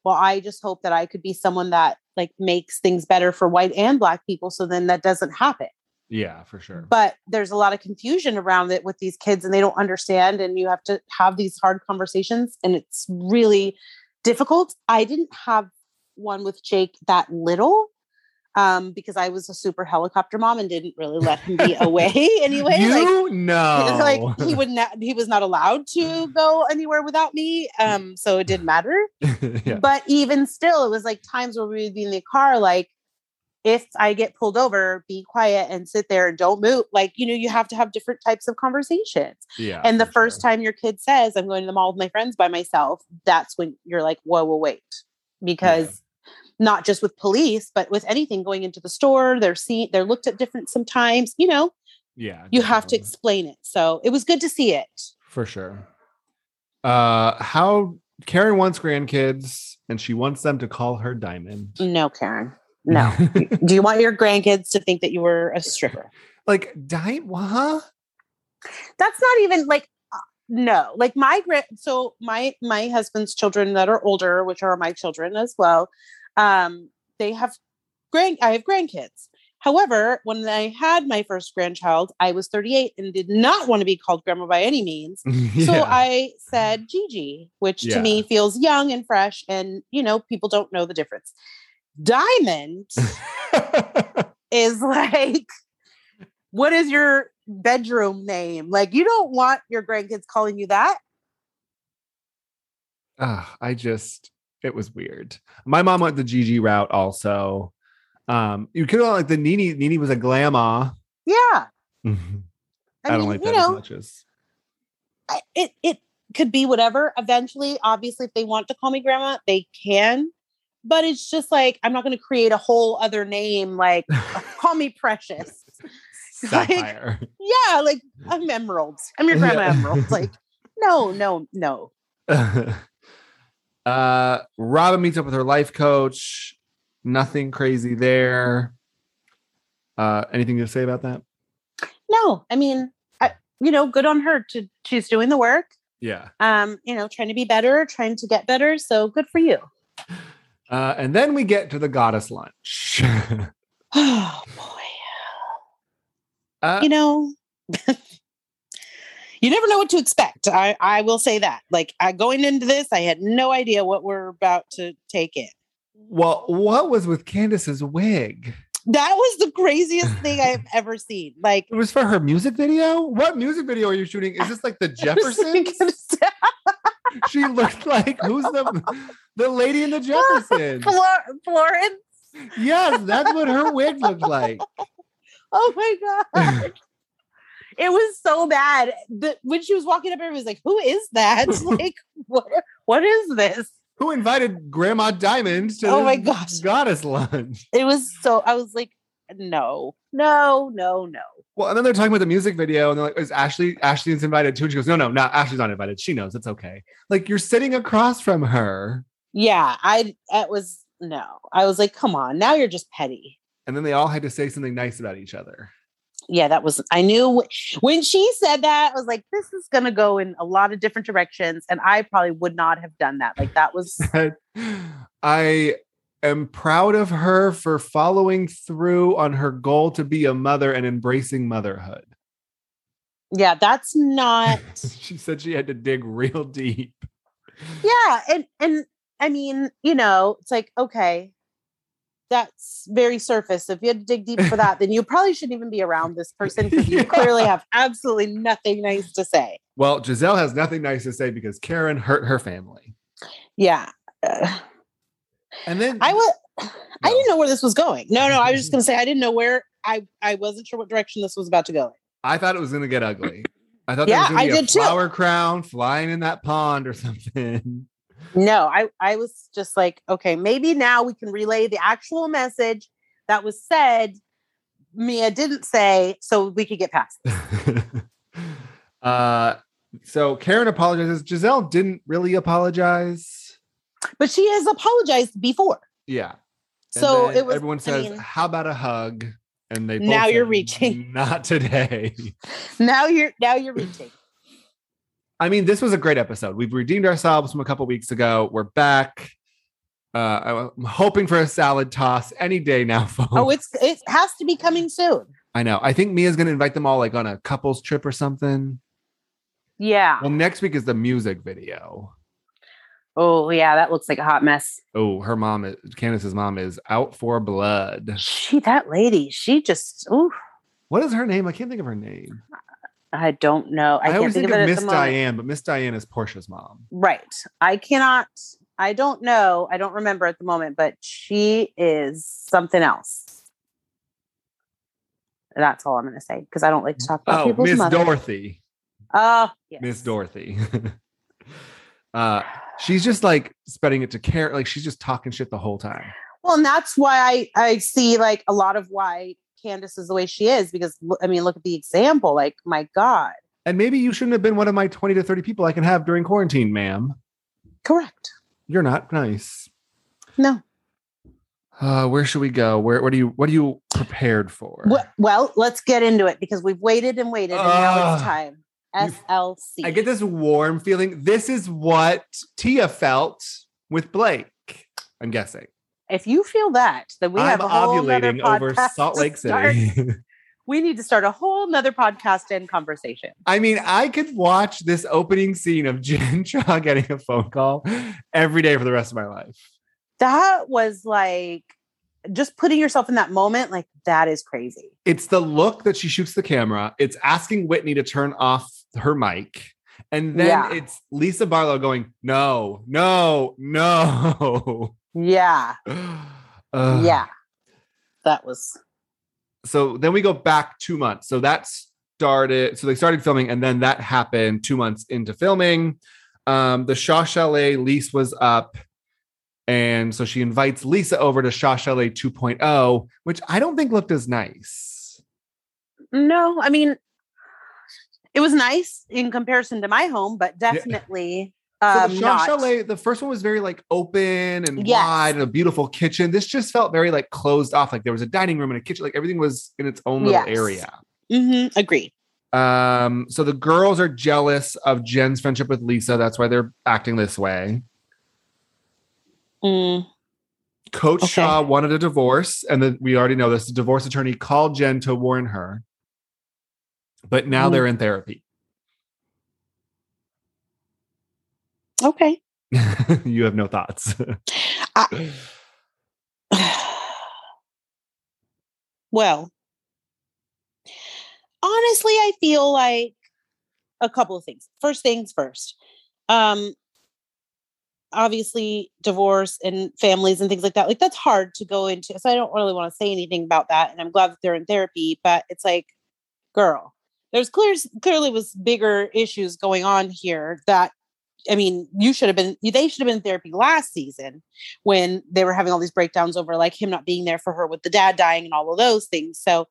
"Well, I just hope that I could be someone that like makes things better for white and black people so then that doesn't happen."
Yeah, for sure.
but there's a lot of confusion around it with these kids and they don't understand and you have to have these hard conversations and it's really difficult i didn't have one with jake that little um, because i was a super helicopter mom and didn't really let him be away anyway like,
you know,
like he would not he was not allowed to go anywhere without me um, so it didn't matter
yeah.
but even still, it was like times where we would be in the car, like, if I get pulled over, be quiet and sit there and don't move. Like, you know, you have to have different types of conversations.
yeah.
and the
for
first
sure.
time your kid says, I'm going to the mall with my friends by myself, that's when you're like, whoa, whoa, wait. Because not just with police, but with anything going into the store. They're seen, they're looked at different sometimes. You know,
Yeah.
you have
definitely.
to explain it. So it was good to see it.
For sure. Uh how Karen wants grandkids and she wants them to call her Diamond.
No, Karen. No. Do you want your grandkids to think that you were a stripper?
like Diamond, huh?
That's not even like uh, no. Like my grand so my my husband's children that are older, which are my children as well, um, they have grand I have grandkids. However, when I had my first grandchild, I was 38 and did not want to be called grandma by any means. So I said Gigi, which
Yeah.
to me feels young and fresh, and you know, people don't know the difference. Diamond is like, what is your bedroom name? Like, you don't want your grandkids calling you that.
Ah, I just it was weird. My mom went the Gigi route also. Um, you could have like the Nini Nini was a glamma.
Yeah. I,
I, don't
mean,
like
you
that as
know,
much as
I- it it could be whatever. Eventually, obviously, if they want to call me grandma, they can. But it's just like I'm not going to create a whole other name. Like, call me Precious. Like,
sapphire.
yeah, like I'm Emerald. I'm your grandma
Yeah.
Emerald. Like, no, no, no.
uh Robin meets up with her life coach. Nothing crazy there. Uh anything to say about that?
No. I mean, I, you know, good on her to she's doing the work.
Yeah.
Um, you know, trying to be better, trying to get better. So good for you.
Uh and then we get to the goddess lunch.
Oh boy.
uh,
You know, you never know what to expect. I, I will say that. Like I going into this, I had no idea what we're about to take in.
well, what was with Candace's wig?
That was the craziest thing I've ever seen. Like
It was for her music video. What music video are you shooting? Is this like the Jefferson? she looked like who's the the lady in the Jeffersons?
Flor- Florence.
Yes, that's what her wig looked like.
Oh my god. It was so bad. The, when she was walking up, everybody was like, "Who is that? like, what? What is this?"
Who invited Grandma Diamond to
Oh my
this
gosh.
goddess lunch?
It was so. I was like, "No, no, no, no."
Well, and then they're talking about the music video, and they're like, "Is Ashley? Ashley's invited too?" And she goes, "No, no, not Ashley's not invited. She knows it's okay." Like you're sitting across from her,
Yeah, I. It was no. I was like, "Come on, now you're just petty."
and then they all had to say something nice about each other.
Yeah, that was. I knew when she said that, I was like, "This is gonna go in a lot of different directions," and I probably would not have done that. Like that was.
said, I am proud of her for following through on her goal to be a mother and embracing motherhood.
Yeah, that's not.
she said she had to dig real deep.
yeah and and i mean you know it's like okay that's very surface if you had to dig deep for that then you probably shouldn't even be around this person because
Yeah.
you clearly have absolutely nothing nice to say
Well, Giselle has nothing nice to say because Karen hurt her family.
yeah Uh,
And then
i was i
No.
didn't know where this was going no no i was just going to say i didn't know where i i wasn't sure what direction this was about to go
I thought it was going to get ugly. I thought
Yeah,
there was going
I
to be a
did too.
flower crown flying in that pond or something.
no i i was just like okay maybe now we can relay the actual message that was said mia didn't say so we could get past it.
uh, so Karen apologizes. Giselle didn't really apologize.
but she has apologized before
Yeah. And
So
then
it was.
everyone
I
says,
mean,
"How about a hug?" And they both
Now you're
said,
reaching.
Not today.
now you're now you're reaching.
I mean, this was a great episode. We've redeemed ourselves from a couple weeks ago. We're back. Uh, I'm hoping for a salad toss any day now, folks.
Oh, it's it has to be coming soon.
I know. I think Mia's going to invite them all like on a couples trip or something.
Yeah.
Well, next week is the music video.
Oh yeah, that looks like a hot mess.
Oh, her mom, is, Candace's mom, is out for blood.
She that lady, she just ooh,
What is her name? I can't think of her name.
I don't know.
I,
I, can't
always
think,
think
of it
of
at
Miss
the moment.
Diane, but Miss Diane is Portia's mom.
Right. I cannot I don't know. I don't remember at the moment, but she is something else. That's all I'm gonna say because I don't like to talk about
Oh,
people's
Miss
mother.
Dorothy.
Oh, yes.
Miss Dorothy. uh, she's just like spreading it to Karen. Like she's just talking shit the whole time.
Well, and that's why I, I see like a lot of why Candace is the way she is because lo- I mean, look at the example. Like, my God.
And maybe you shouldn't have been one of my 20 to 30 people I can have during quarantine, ma'am.
Correct.
You're not nice.
No.
Uh, where should we go? Where what are you what are you prepared for?
Well, well, let's get into it because we've waited and waited, and now
Ugh.
it's time.
You-
SLC.
I get this warm feeling. This is what Tia felt with Blake, I'm guessing.
If you feel that, then we
I'm
have a whole nother
ovulating over
podcast
Salt
to
Lake
start.
City.
We need to start a whole nother podcast and conversation.
I mean, I could watch this opening scene of Jen Shaw getting a phone call every day for the rest of my life.
That was like just putting yourself in that moment. Like that is crazy.
It's the look that she shoots the camera. It's asking Whitney to turn off her mic. And then
Yeah.
it's Lisa Barlow going, no, no, no.
Yeah,
Uh, Ugh.
yeah. That was
So then we go back two months. So that started, so they started filming and then that happened two months into filming. Um, the Shaw Chalet lease was up. And so she invites Lisa over to Shaw Chalet 2.0, which I don't think looked as nice.
no. I mean, it was nice in comparison to my home, but definitely
So
um,
the Shaw
not.
Chalet, the first one was very like open and
Yes.
wide and a beautiful kitchen. This just felt very like closed off. Like there was a dining room and a kitchen, like everything was in its own little
Yes.
area.
Mhm, agree.
Um, so the girls are jealous of Jen's friendship with Lisa. That's why they're acting this way.
Mm,
Coach
Okay.
Shaw wanted a divorce, and the, we already know this. The divorce attorney called Jen to warn her, but now
Mm.
they're in therapy.
okay.
you have no thoughts.
well, honestly, I feel like a couple of things. First things first. Um obviously divorce and families and things like that. Like that's hard to go into. So I don't really want to say anything about that and I'm glad that they're in therapy, but it's like girl, there's clear clearly was bigger issues going on here that I mean, you should have been they should have been in therapy last season when they were having all these breakdowns over like him not being there for her with the dad dying and all of those things. So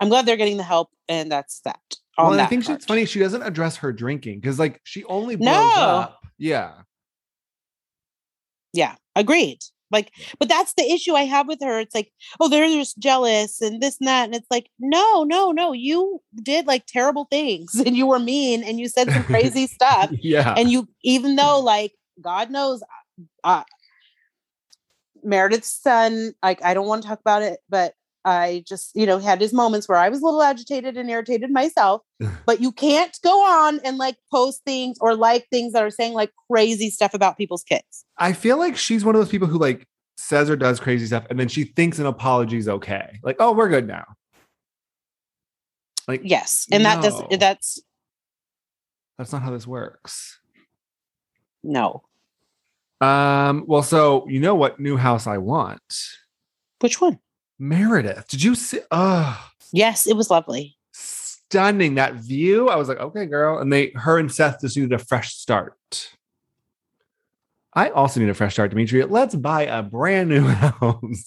I'm glad they're getting the help, and that's that. On
well, and I
that
think
part.
it's funny she doesn't address her drinking because, like, she only blows
No.
up. Yeah,
Yeah, agreed. Like, but that's the issue I have with her. It's like, oh, they're just jealous and this and that. And it's like, no, no, no. You did like terrible things and you were mean and you said some crazy stuff.
yeah.
and you even though like god knows uh, meredith's son like i don't want to talk about it but i just you know had his moments where i was a little agitated and irritated myself but you can't go on and like post things or like things that are saying like crazy stuff about people's kids
I feel like she's one of those people who like says or does crazy stuff, and then she thinks an apology's okay. Like, oh, we're good now. Like,
yes and that
No.
does that's
that's not how this works.
no
Um, well, so you know what new house I want?
which one
Meredith. Did you see oh
yes it was lovely
stunning that view? I was like, okay, girl. And they her and Seth just needed a fresh start. I also need a fresh start, Demetria. Let's buy a brand new house.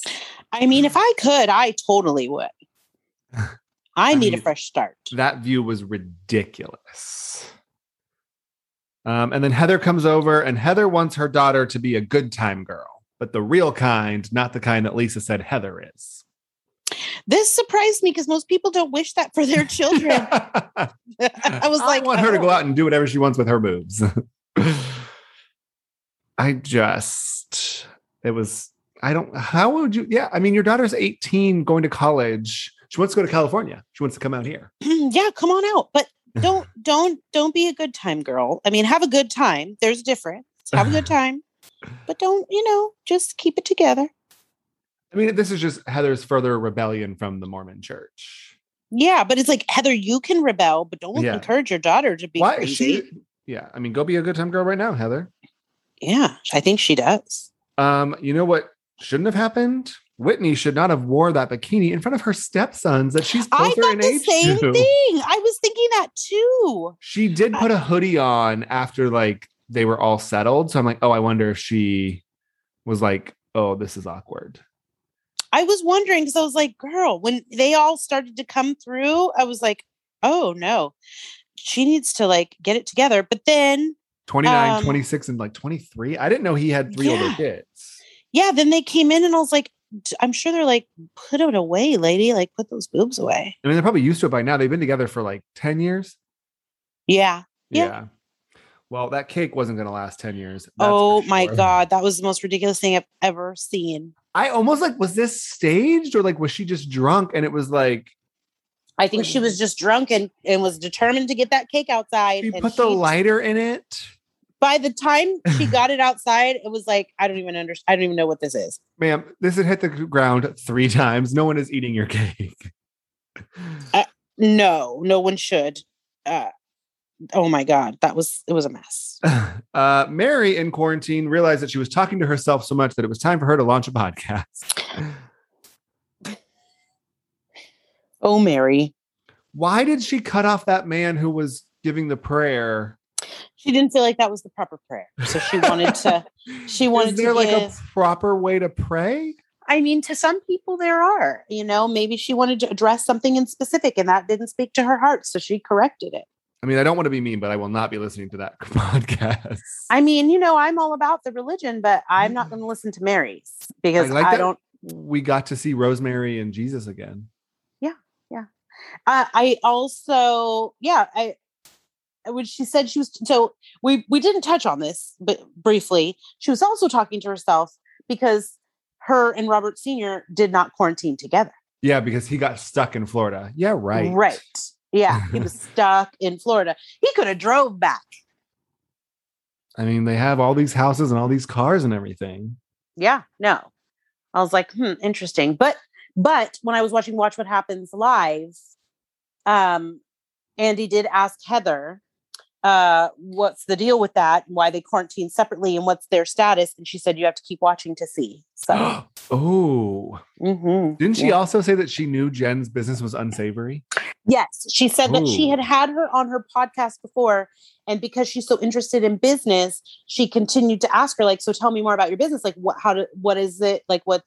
i mean if i could i totally would i
I
need
mean,
a fresh start
That view was ridiculous. Um, and then Heather comes over, and Heather wants her daughter to be a good time girl, but the real kind, not the kind that Lisa said Heather is.
this surprised me because most people don't wish that for their children I was like,
I want her to
oh.
go out and do whatever she wants with her boobs. I just, it was, I don't, how would you, yeah, I mean, your daughter's 18 going to college. She wants to go to California. She wants to come out here.
yeah, come on out. But don't don't don't be a good time girl. I mean, have a good time. There's a difference. Have a good time. But don't, you know, just keep it together.
I mean, this is just Heather's further rebellion from the Mormon church.
Yeah, but it's like Heather, you can rebel, but don't
Yeah.
encourage your daughter to be
Why
crazy.
she? Yeah, I mean, go be a good time girl right now, Heather.
yeah, I think she does.
Um, you know what shouldn't have happened? Whitney should not have wore that bikini in front of her stepsons that she's
I
closer
thought
in
the
age
same
to.
thing. I was thinking that too.
She did put a hoodie on after like they were all settled. So I'm like, oh, I wonder if she was like oh, this is awkward.
I was wondering because I was like, girl, when they all started to come through, I was like, oh no, she needs to like get it together. But then,
29,
Um,
26, and like 23. I didn't know he had three older
Yeah.
kids.
yeah, then they came in and I was like, "D- I'm sure they're like, put it away, lady. Like, put those boobs away.
I mean, they're probably used to it by now. They've been together for like 10 years.
Yeah. Yeah.
Well, that cake wasn't going to last 10 years. that's for
oh my
sure.
God. That was the most ridiculous thing I've ever seen.
I almost like, was this staged or like, was she just drunk? And it was like,
I think she was just drunk and, and was determined to get that cake outside.
she
and
put the
she-
lighter in it.
By the time she got it outside, it was like, I don't even understand. I don't even know what this is.
Ma'am, this had hit the ground three times. No one is eating your cake.
No, no one should. Uh, oh my God. That was, it was a mess.
Uh, Mary in quarantine realized that she was talking to herself so much that it was time for her to launch a podcast.
Oh, Mary.
Why did she cut off that man who was giving the prayer?
She didn't feel like that was the proper prayer. So she wanted to, she wanted
Is there
to
like
give-
a proper way to pray?
I mean, to some people there are, you know, maybe she wanted to address something in specific and that didn't speak to her heart. So she corrected it.
I mean, I don't want to be mean, but I will not be listening to that podcast.
I mean, you know, I'm all about the religion, but I'm not going to listen to Mary's because I,
like that.
don't,
we got to see Rosemary and Jesus again.
I, I also, yeah, I, when she said she was, so we, we didn't touch on this, but briefly, she was also talking to herself because her and Robert Sr. did not quarantine together.
Yeah, because he got stuck in Florida. Yeah, right.
Yeah. He was stuck in Florida. He could have drove back.
I mean, they have all these houses and all these cars and everything.
yeah no i was like hmm interesting but but when i was watching watch what happens live um andy did ask heather uh what's the deal with that and why they quarantine separately and what's their status and she said you have to keep watching to see so
oh,
mhm.
didn't she
Yeah.
also say that she knew Jen's business was unsavory?
yes she said that she
Ooh.
had had her on her podcast before and because she's so interested in business she continued to ask her like so tell me more about your business like what how do what is it like what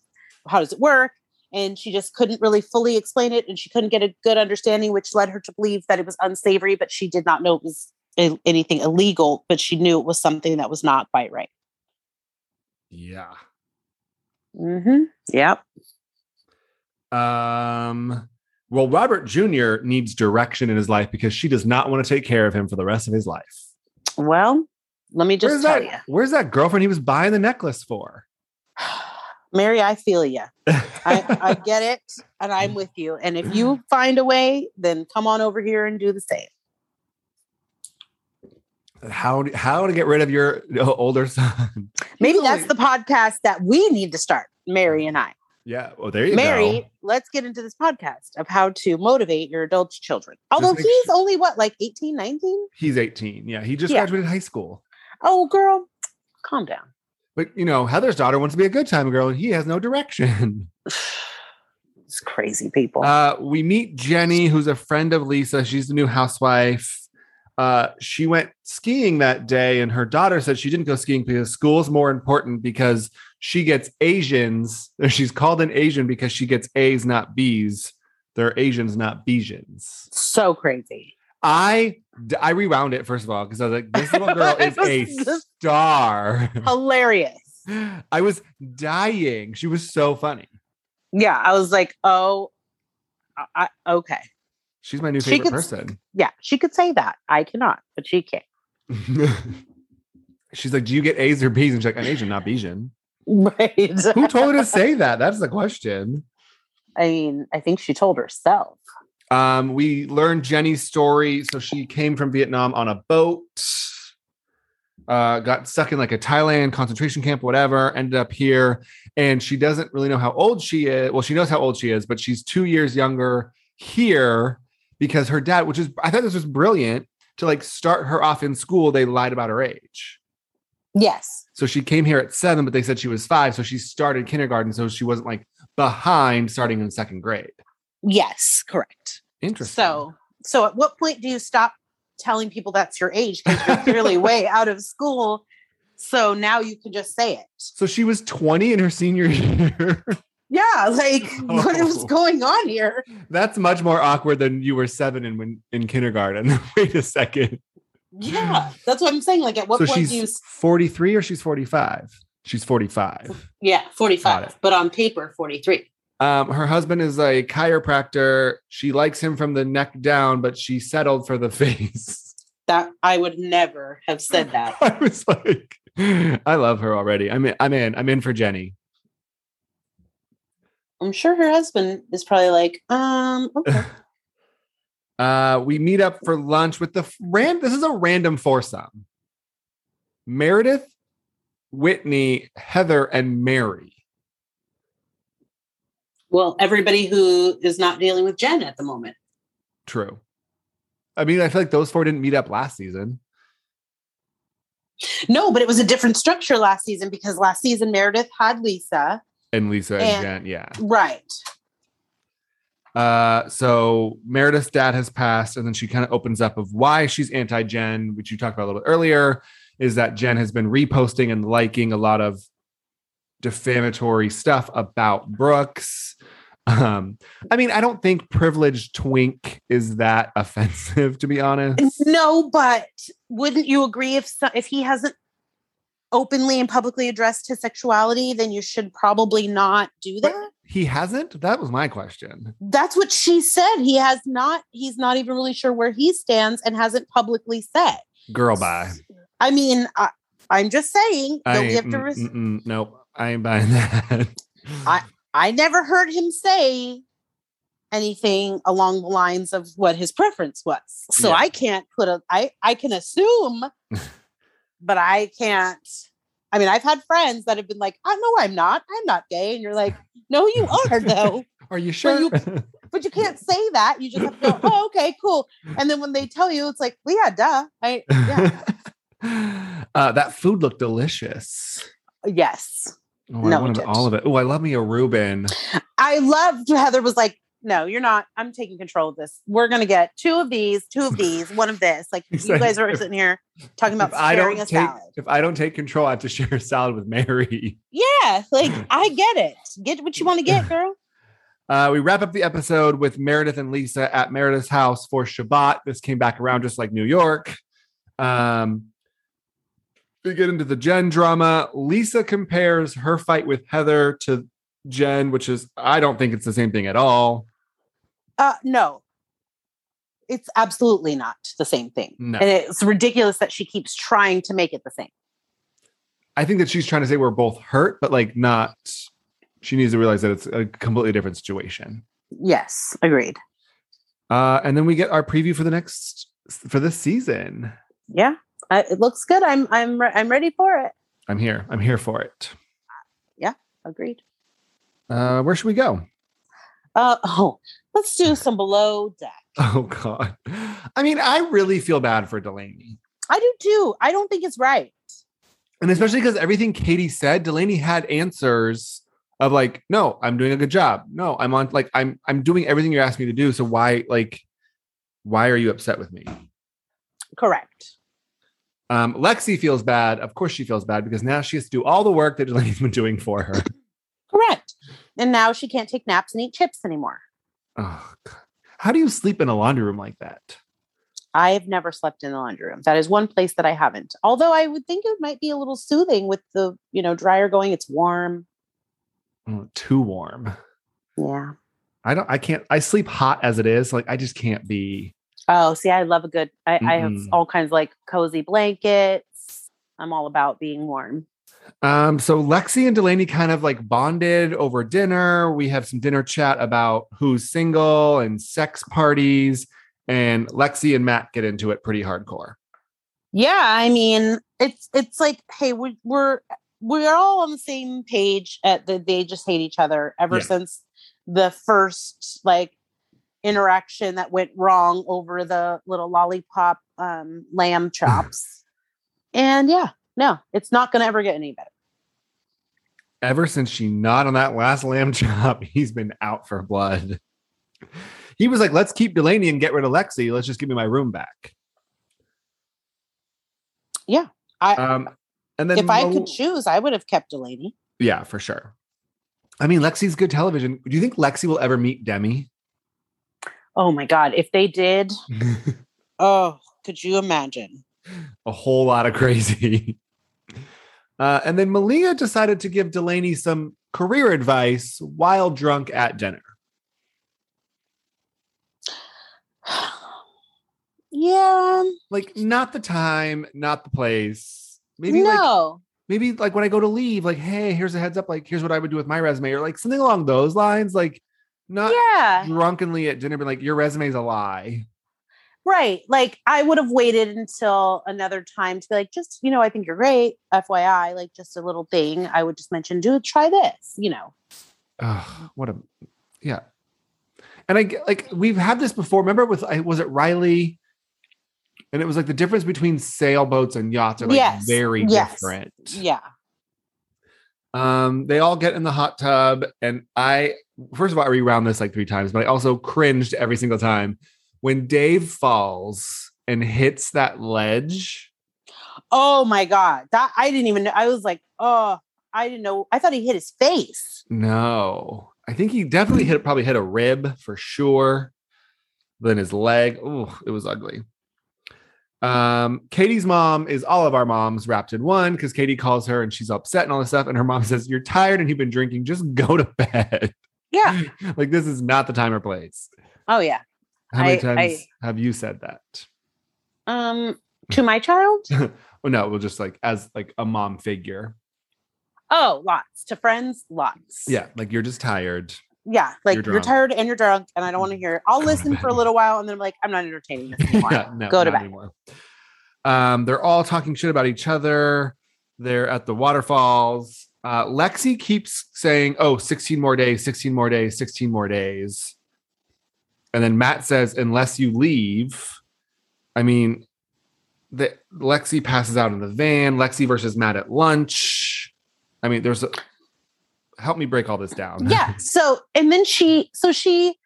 how does it work and she just couldn't really fully explain it and she couldn't get a good understanding which led her to believe that it was unsavory but she did not know it was i- anything illegal but she knew it was something that was not quite right
Yeah.
mm-hmm yep
Um. Well, Robert Jr. needs direction in his life because she does not want to take care of him for the rest of his life.
well let me just
where's
tell
that?
you
Where's that girlfriend he was buying the necklace for?
mary i feel you I, I get it and I'm with you. And if you find a way, then come on over here and do the same.
how do- how to get rid of your uh, older son?
Maybe that's the podcast that we need to start, Mary and I.
Yeah. Well, there you
Mary,
go.
let's get into this podcast of how to motivate your adult children. Although
make
he's
sure-
only what, like 18, 19?
He's 18. Yeah, he just
Yeah.
graduated high school.
Oh, girl, calm down.
But you know, Heather's daughter wants to be a good time girl, and he has no direction.
It's crazy people.
Uh, we meet Jenny, who's a friend of Lisa. She's the new housewife. Uh, she went skiing that day, and her daughter said she didn't go skiing because school's more important because she gets Asians. Or she's called an Asian because she gets A's, not B's. They're Asians, not Bijans.
so crazy.
I d- I rewound it first of all because I was like, this little girl is
It was
a
just-
star.
Hilarious.
I was dying. She was so funny.
Yeah. I was like, oh, I, I- okay.
She's my new
She
favorite
could-
person.
Yeah. She could say that. I cannot, but she can.
she's like, do you get A's or B's? And she's like, I'm Asian, not Bijan.
Right.
Who told her to say that? That's the question.
I mean, I think she told herself.
Um, we learned Jenny's story. So she came from Vietnam on a boat, uh, got stuck in like a Thailand concentration camp, whatever, ended up here. And she doesn't really know how old she is. Well, she knows how old she is, but she's two years younger here because her dad, which is, I thought this was brilliant to like start her off in school, they lied about her age.
Yes.
So she came here at seven, but they said she was five. So she started kindergarten. So she wasn't like behind starting in second grade.
Yes, correct.
Interesting.
So, so at what point do you stop telling people that's your age because you're clearly way out of school So now you can just say it.
So she was 20 in her senior year.
Yeah, like what was
Oh.
going on here?
That's much more awkward than you were seven in when in kindergarten. Wait a second.
Yeah, that's what I'm saying. Like at what
so
point do you?
she's 43 or she's 45? She's 45.
Yeah,
Got
45,
it.
but on paper 43.
Um, her husband is a chiropractor. She likes him from the neck down, but she settled for the face.
That I would never have said that.
I was like, I love her already. I'm in, I'm in. I'm in for Jenny.
I'm sure her husband is probably like, um, okay.
Uh, we meet up for lunch with the f- ran. This is a random foursome. Meredith, Whitney, Heather, and Mary.
well, everybody who is not dealing with Jen at the moment.
True. I mean, I feel like those four didn't meet up last season.
No, but it was a different structure last season because last season Meredith had Lisa.
And Lisa and,
And-
Jen, yeah.
Right.
Uh, so Meredith's dad has passed, and then she kind of opens up of why she's anti-Jen, which you talked about a little bit earlier, is that Jen has been reposting and liking a lot of defamatory stuff about Brooks. Um, I mean, I don't think privileged twink is that offensive, to be honest.
No, but wouldn't you agree if so- if he hasn't openly and publicly addressed his sexuality, then you should probably not do that?
He hasn't? That was my question.
That's what she said. He has not. He's not even really sure where he stands and hasn't publicly said.
Girl bye.
I mean, I, I'm just saying.
I,
Don't we have to?
mm,
Res-
mm-mm, nope, I ain't buying that.
I never heard him say anything along the lines of what his preference was. So
Yeah.
I can't put a I I can assume, but I can't. I mean, I've had friends that have been like, "Oh no, I'm not. I'm not gay," and you're like, "No, you are though."
Are you sure?
you- but you can't say that. You just have to go, "Oh, okay, cool." And then when they tell you, it's like, "Well, yeah, duh." I yeah,
uh, that food looked delicious.
yes.
Oh, I
No, it
wanted
didn't.
all of it. Oh, I love me a Reuben.
I loved Heather was like, "No, you're not. I'm taking control of this. We're gonna get two of these, two of these, one of this." Like
He's
you
like,
guys are
if-
sitting here talking about
If I
sharing
don't
a
take
salad.
if I don't take control, I have to share a salad with Mary.
Yeah, like I get it. Get what you want to get, girl.
Uh, we wrap up the episode with Meredith and Lisa at Meredith's house for Shabbat. This came back around just like New York. Um, we get into the Jen drama. Lisa compares her fight with Heather to Jen, which is I don't think it's the same thing at all.
Uh, no, it's absolutely not the same thing,
No.
and it's ridiculous that she keeps trying to make it the same.
I think that she's trying to say we're both hurt, but like not. She needs to realize that it's a completely different situation.
Yes, agreed.
Uh, and then we get our preview for the next for this season.
Yeah, I, it looks good. I'm I'm re- I'm ready for it.
I'm here. I'm here for it.
Agreed.
Uh, where should we go?
Uh oh, let's do some below deck.
Oh God. I mean, I really feel bad for Delaney,
I do too. I don't think it's right.
and especially because everything Katie said, Delaney had answers of like, "No, I'm doing a good job. No, I'm on. Like, I'm I'm doing everything you're asking me to do. So why like, why are you upset with me?"
Correct.
Um, Lexi feels bad. Of course, she feels bad because now she has to do all the work that Delaney's been doing for her.
Correct. And now she can't take naps and eat chips anymore.
Oh, God. How do you sleep in a laundry room like that?
I have never slept in the laundry room. That is one place that I haven't. Although I would think it might be a little soothing with the, you know, dryer going, it's warm.
Mm, too warm.
Yeah.
I don't. I can't. I sleep hot as it is. Like I just can't be.
Oh, see, I love a good I, I have
Mm-mm.
all kinds of like cozy blankets. I'm all about being warm.
Um. So Lexi and Delaney kind of like bonded over dinner. We have some dinner chat about who's single and sex parties, and Lexi and Matt get into it pretty hardcore.
Yeah, I mean, it's it's like, hey, we, we're we're all on the same page. At the they just hate each other ever
Yeah.
since the first like interaction that went wrong over the little lollipop um, lamb chops. and yeah, no, it's not going to ever get any better.
ever since she gnawed on that last lamb chop, he's been out for blood. He was like, let's keep Delaney and get rid of Lexi. Let's just give me my room back.
Yeah, I-
um, And then
if I
Mal-
could choose, I would have kept Delaney.
yeah, for sure. I mean, Lexi's good television. Do you think Lexi will ever meet Demi?
Oh my God. If they did, oh, could you imagine?
a whole lot of crazy. Uh, and then Malia decided to give Delaney some career advice while drunk at dinner.
yeah.
Like, not the time, not the place. Maybe like
no.
maybe like when I go to leave, like, hey, here's a heads up, like here's what I would do with my resume, or like something along those lines. Like, not
yeah.
drunkenly at dinner, but like your resume's a lie.
Right. Like I would have waited until another time to be like, just, you know, I think you're great. FYI, like just a little thing. I would just mention, do try this, you know.
Ugh, what a yeah. And I get- like we've had this before. Remember with I was it Riley, and it was like the difference between sailboats and yachts are like
Yes,
very
yes.
different.
Yeah.
Um, they all get in the hot tub, and I first of all I rewound this like three times, but I also cringed every single time when Dave falls and hits that ledge.
Oh my God. That I didn't even know. I was like, oh, I didn't know. I thought he hit his face.
No, I think he definitely hit probably hit a rib for sure. Then his leg. Oh, it was ugly. Um, Katie's mom is all of our moms wrapped in one because Katie calls her and she's upset and all this stuff. And her mom says, You're tired and you've been drinking, just go to bed.
Yeah.
like, this is not the time or place.
Oh yeah.
How many
I-
times
I-
have you said that?
Um, to my child?
Oh no, well, just like as like a mom figure.
Oh, lots. To friends, lots.
Yeah, like you're just tired.
Yeah. Like
You're
you're, Mm-hmm.
drunk.
tired and you're drunk, and I don't want to hear it. I'll
Go to
listen for a
bed.
little while and then I'm like, I'm not entertaining this anymore.
yeah, no,
Go to
not
bed.
Anymore. Um, they're all talking shit about each other. They're at the waterfalls. Uh, Lexi keeps saying, oh, 16 more days, 16 more days, 16 more days. And then Matt says, unless you leave, I mean, the, Lexi passes out in the van. Lexi versus Matt at lunch. I mean, there's a, help me break all this down.
yeah so and then she so she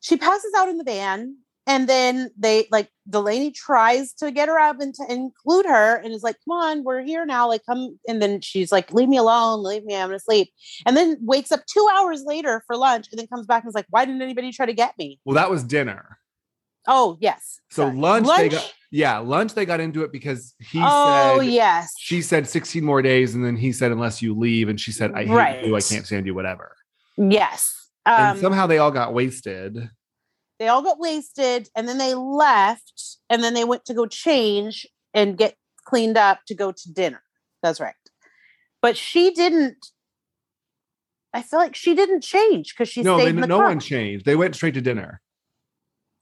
she passes out in the van and then they like delaney tries to get her up and to include her and is like come on we're here now like come and then she's like leave me alone leave me i'm gonna sleep and then wakes up two hours later for lunch and then comes back and is like why didn't anybody try to get me
well, that was dinner.
oh yes
So
Sorry.
lunch, they got yeah, lunch they got into it because he
oh
said
yes
she said 16 more days, and then he said, unless you leave, and she said, I hate
Right. Um,
you, I can't stand you, whatever.
yes
and somehow they all got wasted.
they all got wasted and then they left and then they went to go change and get cleaned up to go to dinner that's right but she didn't i feel like she didn't change because she
No,
stayed
they,
in the
no
car.
one changed. They went straight to dinner.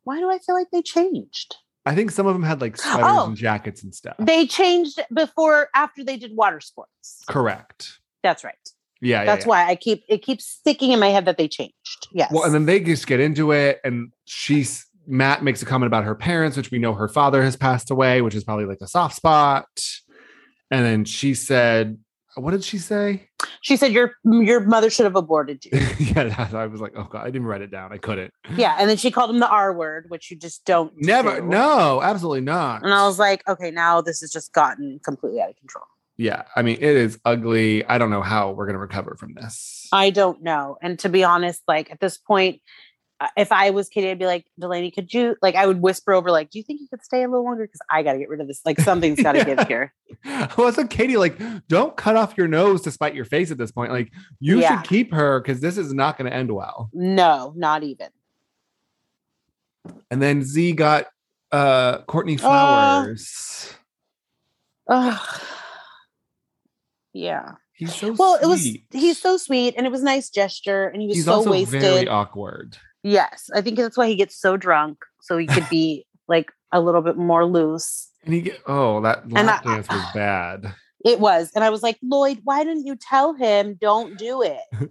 why do i feel like they changed
I think some of them had like sweaters
Oh.
and jackets and stuff.
they changed before after they did water sports
Correct.
that's right
Yeah, yeah,
that's
yeah.
why i keep it keeps sticking in my head that they changed yes
Well, and then they just get into it, and she's Matt makes a comment about her parents, which we know her father has passed away, which is probably like a soft spot. And then she said, What did she say?
she said your your mother should have aborted you
yeah, that- I was like, oh god, I didn't write it down. I couldn't.
yeah and then she called him the r word which you just don't
Never.
do.
No, absolutely not.
And I was like, okay, now this has just gotten completely out of control.
yeah, I mean, it is ugly. I don't know how we're gonna recover from this.
I don't know. And to be honest, like at this point, uh, if I was Katie, I'd be like, Delaney, could you, like, I would whisper over, like, do you think you could stay a little longer? Cause I got to get rid of this. Like, something's got to
Yeah.
give here.
well, it's like Katie, like, don't cut off your nose to spite your face at this point. Like, you
Yeah.
should keep her because this is not gonna end well.
No, not even.
And then Z got uh Courtney Flowers.
Ugh. Yeah.
he's so
Well, it was,
sweet.
he's so sweet and it was a nice gesture and he was
he's
so
also
wasted.
very awkward.
yes. I think that's why he gets so drunk. So he could be like a little bit more loose.
And he get, oh, that lap
I-
dance was bad.
It was. And I was like, Lloyd, why didn't you tell him don't do it?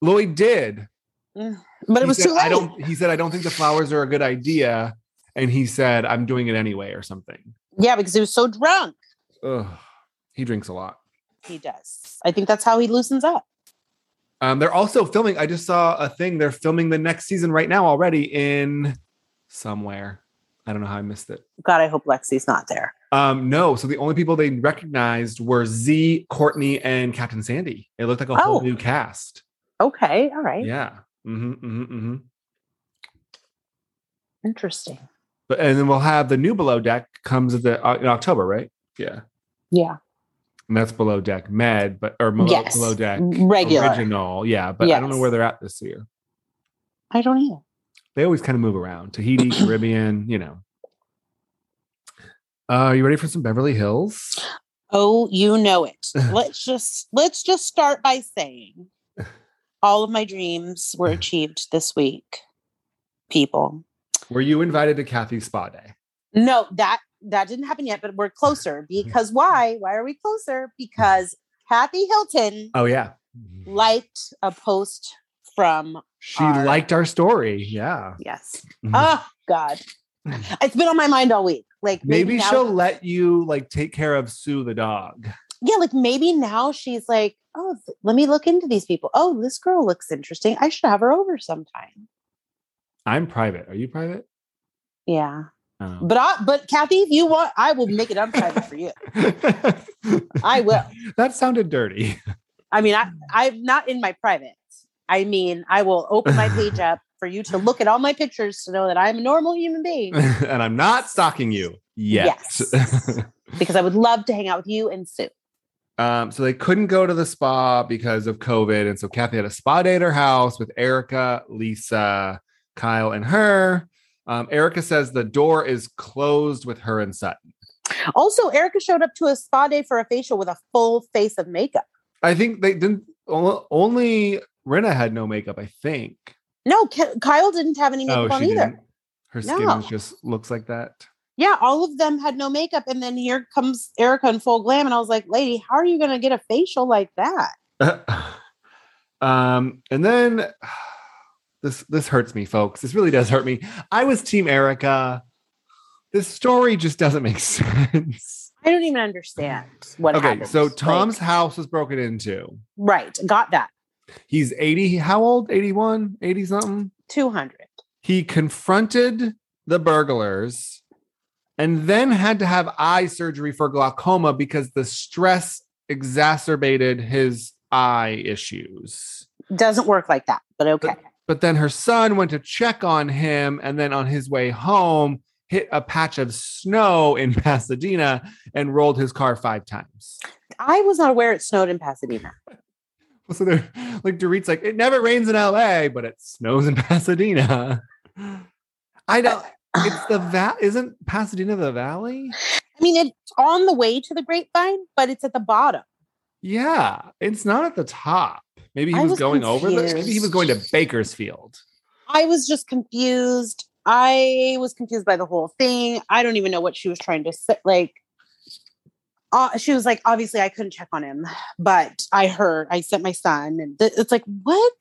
Lloyd did.
But it
He
was
said,
too late.
I don't. He said, I don't think the flowers are a good idea, and he said, I'm doing it anyway or something.
yeah, because he was so drunk.
Ugh. He drinks a lot.
He does. I think that's how he loosens up.
Um, they're also filming. I just saw a thing. They're filming the next season right now already in somewhere. I don't know how I missed it.
God, I hope Lexi's not there.
Um, no. So the only people they recognized were Z, Courtney, and Captain Sandy. It looked like a whole
Oh.
new cast.
Okay. All right.
Yeah. hmm hmm hmm
Interesting.
But and then we'll have the new below deck comes at the uh, in October, right? Yeah.
Yeah.
And that's below deck med, but or below,
yes.
below deck
Regular.
original. Yeah. But I don't know
Yes.
where they're at this year.
I don't either.
They always kind of move around. Tahiti, Caribbean, you know. Uh, are you ready for some Beverly Hills?
Oh, you know it. let's just let's just start by saying all of my dreams were achieved this week, people.
Were you invited to Kathy's spa day?
No, that that didn't happen yet, but we're closer because why? Why are we closer? Because Kathy Hilton
Oh yeah.
liked a post from
She
Our-
liked our story. Yeah.
yes.
Mhm.
Oh God. It's been on my mind all week. Like
Maybe,
now-
she'll let you like take care of Sue the dog.
yeah, like maybe now she's like, oh, th- let me look into these people. Oh, this girl looks interesting. I should have her over sometime.
I'm private. Are you private?
Yeah,
Oh.
but I, but Kathy, if you want, I will make it unprivate for you. I will.
That sounded dirty.
I mean, I I'm not in my private. I mean, I will open my page up for you to look at all my pictures to know that I'm a normal human being.
and I'm not stalking you yet.
Yes. because I would love to hang out with you and Sue.
um, so they couldn't go to the spa because of COVID. And so Kathy had a spa day at her house with Erica, Lisa, Kyle, and her. Um, Erica says the door is closed with her and Sutton.
Also, Erica showed up to a spa day for a facial with a full face of makeup.
I think they didn't, o- only Rena had no makeup, I think. Oh,
No, K- Kyle didn't have any makeup on either.
Her skin
No.
is just looks like that.
Yeah, all of them had no makeup. And then here comes Erica in full glam. And I was like, lady, how are you going to get a facial like that?
um, and then this this hurts me, folks. This really does hurt me. I was Team Erica. This story just doesn't make sense.
I don't even understand what
okay,
happened.
so
Like,
Tom's house was broken into.
right. Got that.
He's 80, how old? 81, 80 something.
200.
He confronted the burglars and then had to have eye surgery for glaucoma because the stress exacerbated his eye issues.
Doesn't work like that, but okay.
But then her son went to check on him and then on his way home hit a patch of snow in Pasadena and rolled his car five times.
I was not aware it snowed in Pasadena.
So they're like Dorit's like, it never rains in LA, but it snows in Pasadena. I don't it's the va- isn't Pasadena the valley?
I mean, it's on the way to the grapevine, but it's at the bottom.
Yeah, it's not at the top. Maybe he
I
was,
was
going over the, maybe he
confused.
was going to Bakersfield.
I was just confused. I was confused by the whole thing. I don't even know what she was trying to say. Like, uh, she was like, obviously, I couldn't check on him, but I heard, I sent my son, and th- it's like, what?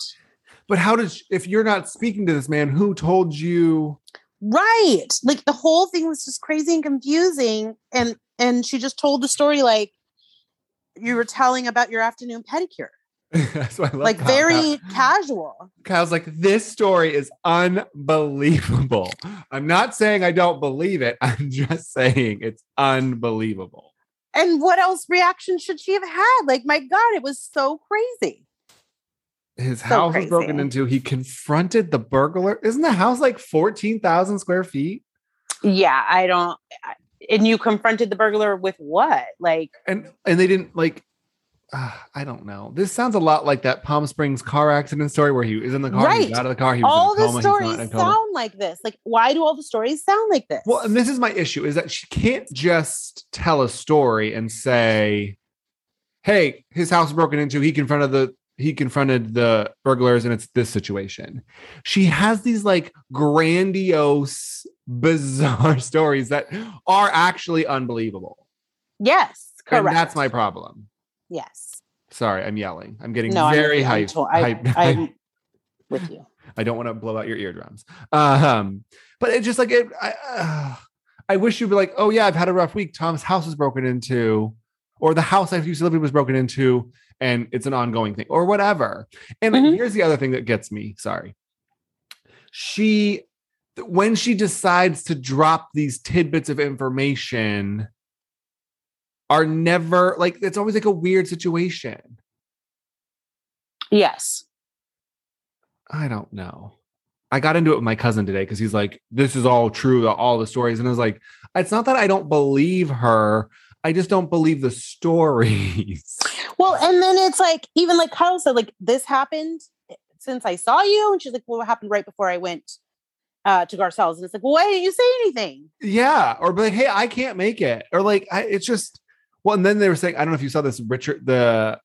But how did if you're not speaking to this man, who told you
Right? Like the whole thing was just crazy and confusing, and and she just told the story like you were telling about your afternoon pedicure,
That's why I love
like
Kyle.
very
Kyle-
casual.
Kyle's like, this story is unbelievable. I'm not saying I don't believe it. I'm just saying it's unbelievable.
And what else reaction should she have had? Like, my God, it was so crazy.
His house was broken
crazy.
into. He confronted the burglar. Isn't the house like 14,000 square feet?
Yeah, I don't. I- And you confronted the burglar with what? Like,
And and they didn't like ah, I don't know. This sounds a lot like that Palm Springs car accident story where he was in the car, he
Right.
was out of the car, he was
all
in a
the
coma, he's
stories
not in a coma.
sound like this. Like, why do all the stories sound like this?
Well, and this is my issue is that she can't just tell a story and say, "Hey, his house was broken into. He confronted the he confronted the burglars, and it's this situation." She has these like grandiose, bizarre stories that are actually unbelievable,
yes, correct.
and that's my problem.
yes.
Sorry, I'm yelling. I'm getting
No,
very
I'm,
hyped.
I'm, to- I,
hyped.
I'm with you.
I don't want to blow out your eardrums. Um, but it just like it. I, uh, I wish you'd be like, oh yeah, I've had a rough week. Tom's house was broken into, or the house I used to live in was broken into, and it's an ongoing thing, or whatever. And
Mhm.
here's the other thing that gets me. Sorry. She, when she decides to drop these tidbits of information are never like it's always like a weird situation.
Yes.
I don't know. I got into it with my cousin today because he's like, this is all true, all the stories. And I was like, it's not that I don't believe her. I just don't believe the stories.
Well, and then it's like, even like Kyle said, like this happened eh, since I saw you. And she's like, well, what happened right before I went uh, to Garcelle's? And it's like, well, why didn't you say anything?
yeah. Or be like, hey, I can't make it. Or like, I, it's just, well, and then they were saying, I don't know if you saw this, Richard, the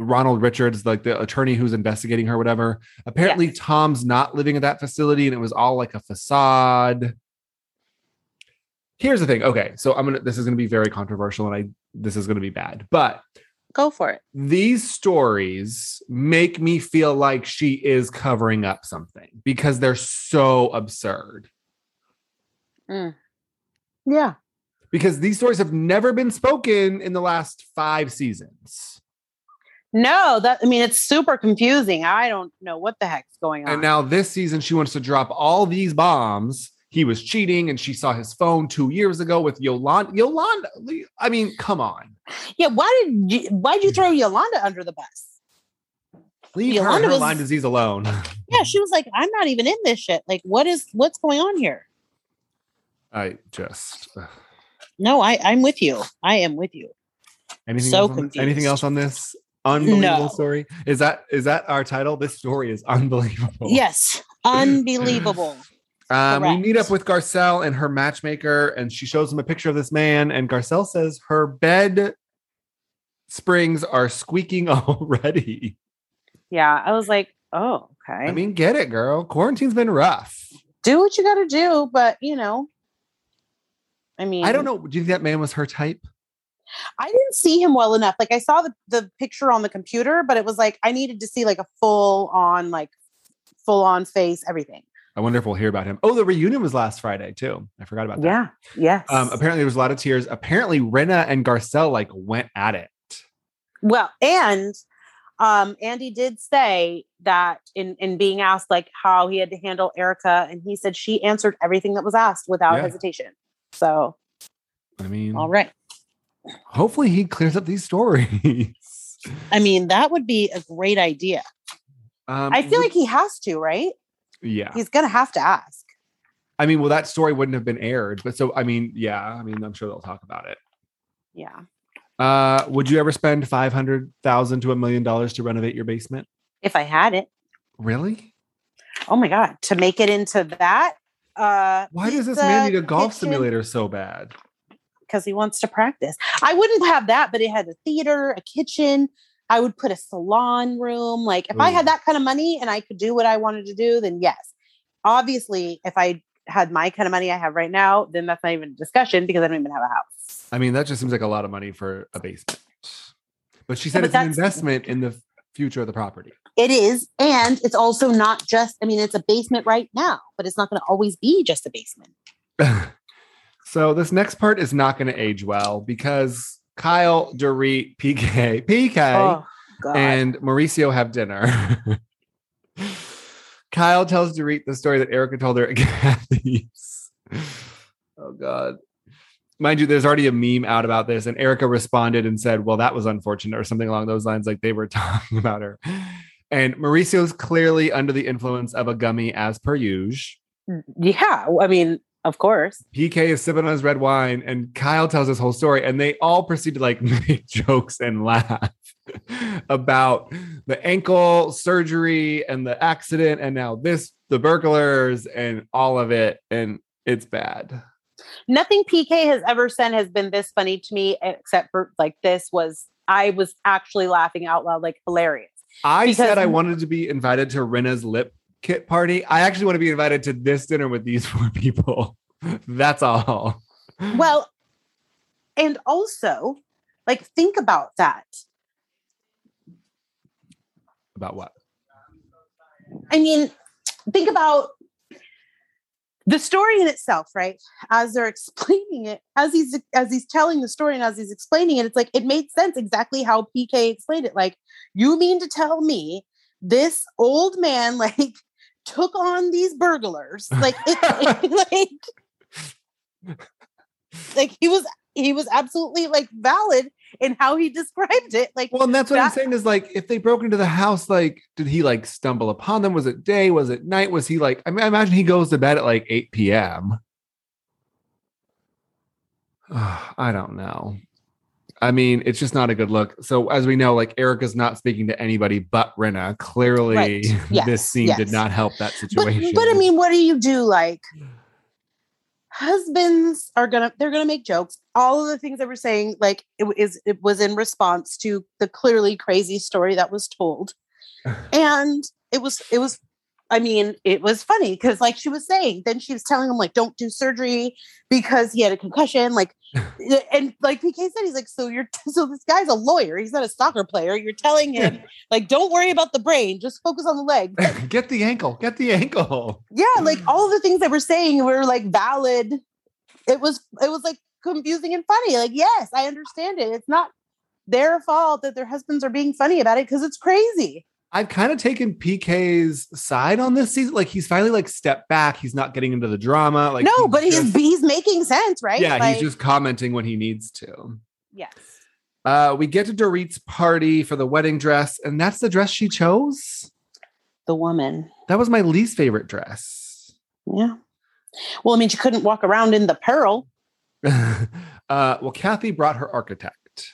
Ronald Richards, like the attorney who's investigating her, whatever. Apparently, Tom's not living at that facility and it was all like a facade. Here's the thing. Okay. So I'm going to, this is going to be very controversial and I, this is going to be bad, but
Go for it.
these stories make me feel like she is covering up something because they're so absurd.
Yeah.
Because these stories have never been spoken in the last five seasons.
No, that I mean it's super confusing. I don't know what the heck's going on.
And now this season, she wants to drop all these bombs. He was cheating and she saw his phone two years ago with Yolanda. Yolanda, I mean, come on.
yeah, why did you why'd you throw Yolanda under the bus?
Leave
Yolanda
her, her
was-
Lyme disease alone.
Yeah, she was like, I'm not even in this shit. Like, what is what's going on here?
I just. ugh.
No, I I'm with you. I am with you.
Anything
So
else on,
confused.
Anything else on this unbelievable
No.
story? Is that is that our title? This story is unbelievable.
Yes, unbelievable.
Um, we
Correct.
meet up with Garcelle and her matchmaker, and she shows him a picture of this man. And Garcelle says her bed springs are squeaking already.
yeah, I was like, oh, okay.
I mean, get it, girl. Quarantine's been rough.
do what you got to do, but you know, I mean,
I don't know. Do you think that man was her type?
I didn't see him well enough. Like I saw the, the picture on the computer, but it was like I needed to see like a full on like full on face everything.
I wonder if we'll hear about him. Oh, the reunion was last Friday too. I forgot about that.
Yeah. Yes.
Um, apparently there was a lot of tears. Apparently Rena and Garcelle like went at it.
well, and um, Andy did say that in in being asked like how he had to handle Erica, and he said she answered everything that was asked without
Yeah. Mm-hmm.
hesitation. So
I mean,
all right.
hopefully he clears up these stories.
I mean, that would be a great idea.
Um,
I feel like he has to, right?
yeah.
He's gonna have to ask.
I mean, well, that story wouldn't have been aired, but so I mean, yeah, I mean, I'm sure they'll talk about it.
Yeah.
Uh, would you ever spend five hundred thousand to a million dollars to renovate your basement?
if I had it.
Really?
Oh my god, to make it into that. Uh,
Why does this man need a golf simulator
simulator?
so bad?
Because he wants to practice. I wouldn't have that, but it had a theater, a kitchen. I would put a salon room. Like if I
Ooh.
had that kind of money and I could do what I wanted to do, then yes. Obviously, if I had my kind of money I have right now, then that's not even a discussion because I don't even have a house.
I mean, that just seems like a lot of money for a basement. But she said
but
it's an
that's-
investment in the future of the property.
It is, and it's also not just. I mean, it's a basement right now, but it's not going to always be just a basement.
so this next part is not going to age well because Kyle, Dorit, PK, PK,
Oh God.
and Mauricio have dinner. Kyle tells Dorit the story that Erica told her at Kathy's. Oh God. Mind you, there's already a meme out about this, and Erica responded and said, Well, that was unfortunate, or something along those lines, like they were talking about her. And Mauricio's clearly under the influence of a gummy as per usual.
yeah, I mean, of course.
PK is sipping on his red wine, and Kyle tells his whole story, and they all proceed to like make jokes and laugh about the ankle surgery and the accident, and now this, the burglars, and all of it, and it's bad.
nothing PK has ever said has been this funny to me, except for like this was I was actually laughing out loud, like hilarious.
I
Because-
said I wanted to be invited to Rena's lip kit party. I actually want to be invited to this dinner with these four people. That's all.
Well, and also, like think about that.
about what?
I mean, think about the story in itself, right? As they're explaining it, as he's as he's telling the story and as he's explaining it, it's like it made sense exactly how PK explained it. Like, you mean to tell me this old man like took on these burglars? Like, it, like, like he was he was absolutely like valid in how he described it. Like,
Well, and that's what I'm
That-
saying is like, if they broke into the house, like, did he like stumble upon them? Was it day? Was it night? Was he like, I mean, I imagine he goes to bed at like 8 p.m. Ah, I don't know. I mean, it's just not a good look. So, as we know, like, Erica's not speaking to anybody but Renna. Clearly,
Right. Yes,
this scene did
yes.
not help that
but,
situation.
but I mean, what do you do? Like, husbands are gonna they're gonna make jokes. All of the things that we're saying, like, it w- is it was in response to the clearly crazy story that was told, and it was it was. I mean, it was funny because, like she was saying, then she was telling him, like, don't do surgery because he had a concussion. Like, and like PK said, he's like, so you're, so this guy's a lawyer. He's not a soccer player. You're telling him, like, don't worry about the brain. Just focus on the leg.
get the ankle, get the ankle.
yeah like
Mm.
all the things that we're saying were like valid it was it was like confusing and funny like yes i understand it it's not their fault that their husbands are being funny about it because it's crazy
I've kind of taken PK's side on this season. Like, he's finally like stepped back. He's not getting into the drama. Like,
no but
just-
he's he's making sense right
Yeah,
like,
he's just commenting when he needs to.
yes
Uh, we get to Dorit's party for the wedding dress, and that's the dress she chose.
the woman
That was my least favorite dress.
yeah well i mean she couldn't walk around in the pearl
uh, well, Kathy brought her architect.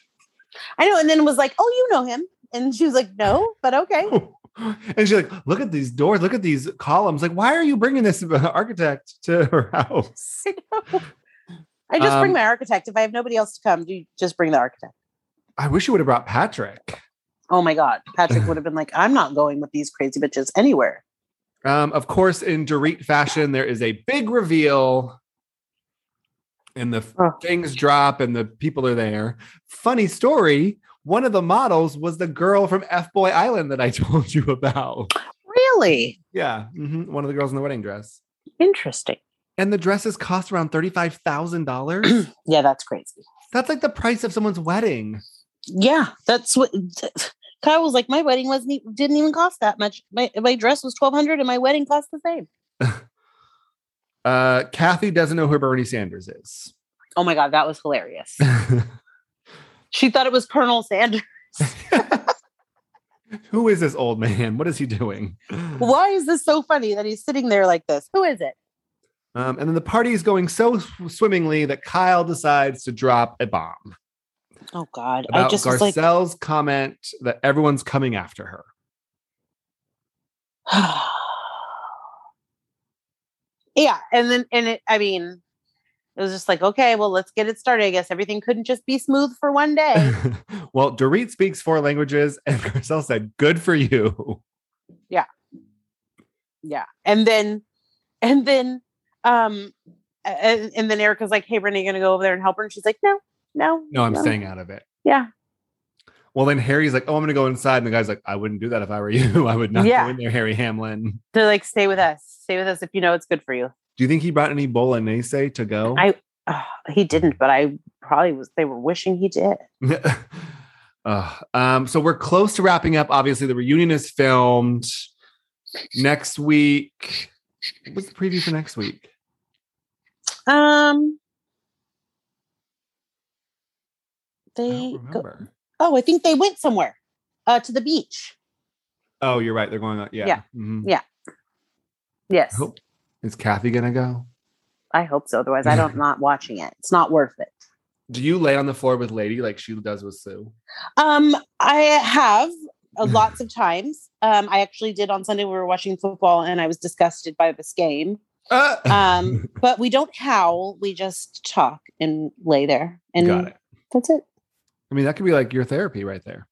i know and then was like oh you know him and she was like no but okay
And she's like, look at these doors, look at these columns. Like, why are you bringing this architect to her house?
i just
Um,
bring my architect if i have nobody else to come do you just bring the architect
I wish you would have brought Patrick.
Oh my God. Patrick would have been like, I'm not going with these crazy bitches anywhere.
Um, of course, in Dorit fashion, there is a big reveal, and the f-
Oh.
things drop, and the people are there. Funny story: one of the models was the girl from F Boy Island that I told you about.
Really?
Yeah, mhm, one of the girls in the wedding dress,
Interesting.
and the dresses cost around thirty-five thousand dollars.
Yeah, that's crazy.
That's like the price of someone's wedding.
Yeah, that's what Kyle was like. My wedding wasn't e- didn't even cost that much. My my dress was twelve hundred, and my wedding cost the same.
Uh, Kathy doesn't know who Bernie Sanders is.
Oh my God, that was hilarious. she thought it was Colonel Sanders.
who is this old man? What is he doing?
Why is this so funny that he's sitting there like this? Who is it?
Um, and then the party is going so sw- swimmingly that Kyle decides to drop a bomb
Oh God, I
about
just was like,
Garcelle's comment that everyone's coming after her.
yeah and then and it i mean it was just like okay well let's get it started i guess everything couldn't just be smooth for one day
well, Dorit speaks four languages, and Garcelle said, "Good for you."
yeah and then and then um a- and, and then erica's like hey renee you gonna go over there and help her and she's like no no
No, I'm staying out of it.
yeah
Well, then Harry's like, "Oh, I'm going to go inside," and the guy's like, "I wouldn't do that if I were you. I would not
Yeah.
go in there, Harry Hamlin."
they're like stay with us stay with us if you know it's good for you
Do you think he brought any bolognese to go?
I- Ugh, he didn't but i probably was they were wishing he did
Ugh. um, so we're close to wrapping up. Obviously, the reunion is filmed next week. What's the preview for next week?
um
I
they
don't
go,
remember.
Oh, I think they went somewhere uh, to the beach.
Oh, you're right. They're going on. Yeah.
Yeah.
Mhm.
Yes,
Cool. Is Kathy gonna go?
I hope so. Otherwise, I don't not watching it. It's not worth it.
Do you lay on the floor with Lady like she does with Sue?
Um, I have uh, lots of times. Um, I actually did on Sunday. We were watching football, and I was disgusted by this game.
Uh,
Um, but we don't howl. We just talk and lay there, and
Got it.
that's it.
I mean, that could be like your therapy right there.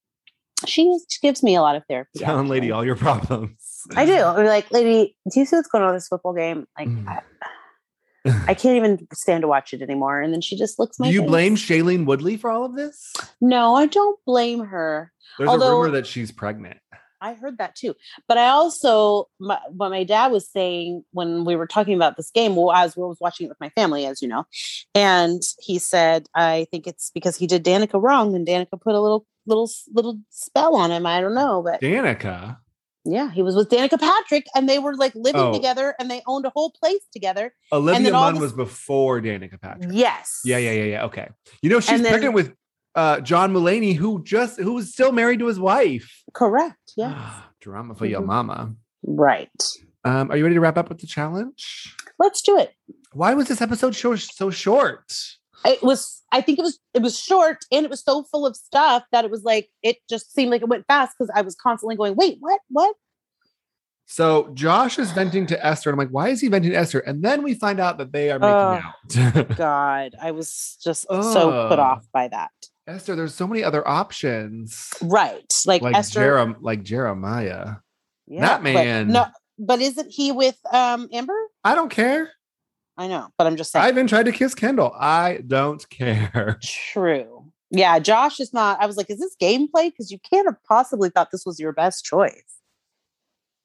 She gives- she gives me a lot of therapy.
Telling Lady
actually.
all your problems.
I do. I'm like, lady, do you see what's going on with this football game? Like,
Mm.
I, I can't even stand to watch it anymore. And then she just looks.
Do
My
you
face.
blame Shailene Woodley for all of this?
No, I don't blame her.
There's a
Although-
rumor that she's pregnant.
I heard that too. But I also, my, what my dad was saying when we were talking about this game, well, as we was watching it with my family, as you know, and he said, I think it's because he did Danica wrong, and Danica put a little, little, little spell on him. I don't know, but
Danica.
yeah, he was with Danica Patrick, and they were like living
Oh.
together, and they owned a whole place together.
Olivia
all
Munn
this-
was before Danica Patrick.
Yes.
Yeah, yeah, yeah, yeah. Okay. You know, she's
then-
pregnant with uh, John Mulaney, who just who was still married to his wife.
Correct.
Ah.
Yes.
Drama for
Mm-hmm.
your mama.
right.
Um, are you ready to wrap up with the challenge?
Let's do it.
Why was this episode so, so short?
It was. I think it was. It was short, and it was so full of stuff that it was like it just seemed like it went fast because I was constantly going, "Wait, what? What?"
So Josh is venting to Esther. And I'm like, why is he venting to Esther? And then we find out that they are making out.
God, I was just so
Ugh.
put off by that.
Esther, there's so many other options.
Right. Like,
Like
Esther.
Jerem, like Jeremiah.
Yeah,
that
but
man.
no, but isn't he with um Amber?
I don't care.
I know, but I'm just saying.
I even tried to kiss Kendall. I don't care.
True. Yeah, Josh is not. I was like, is this gameplay? Because you can't have possibly thought this was your best choice.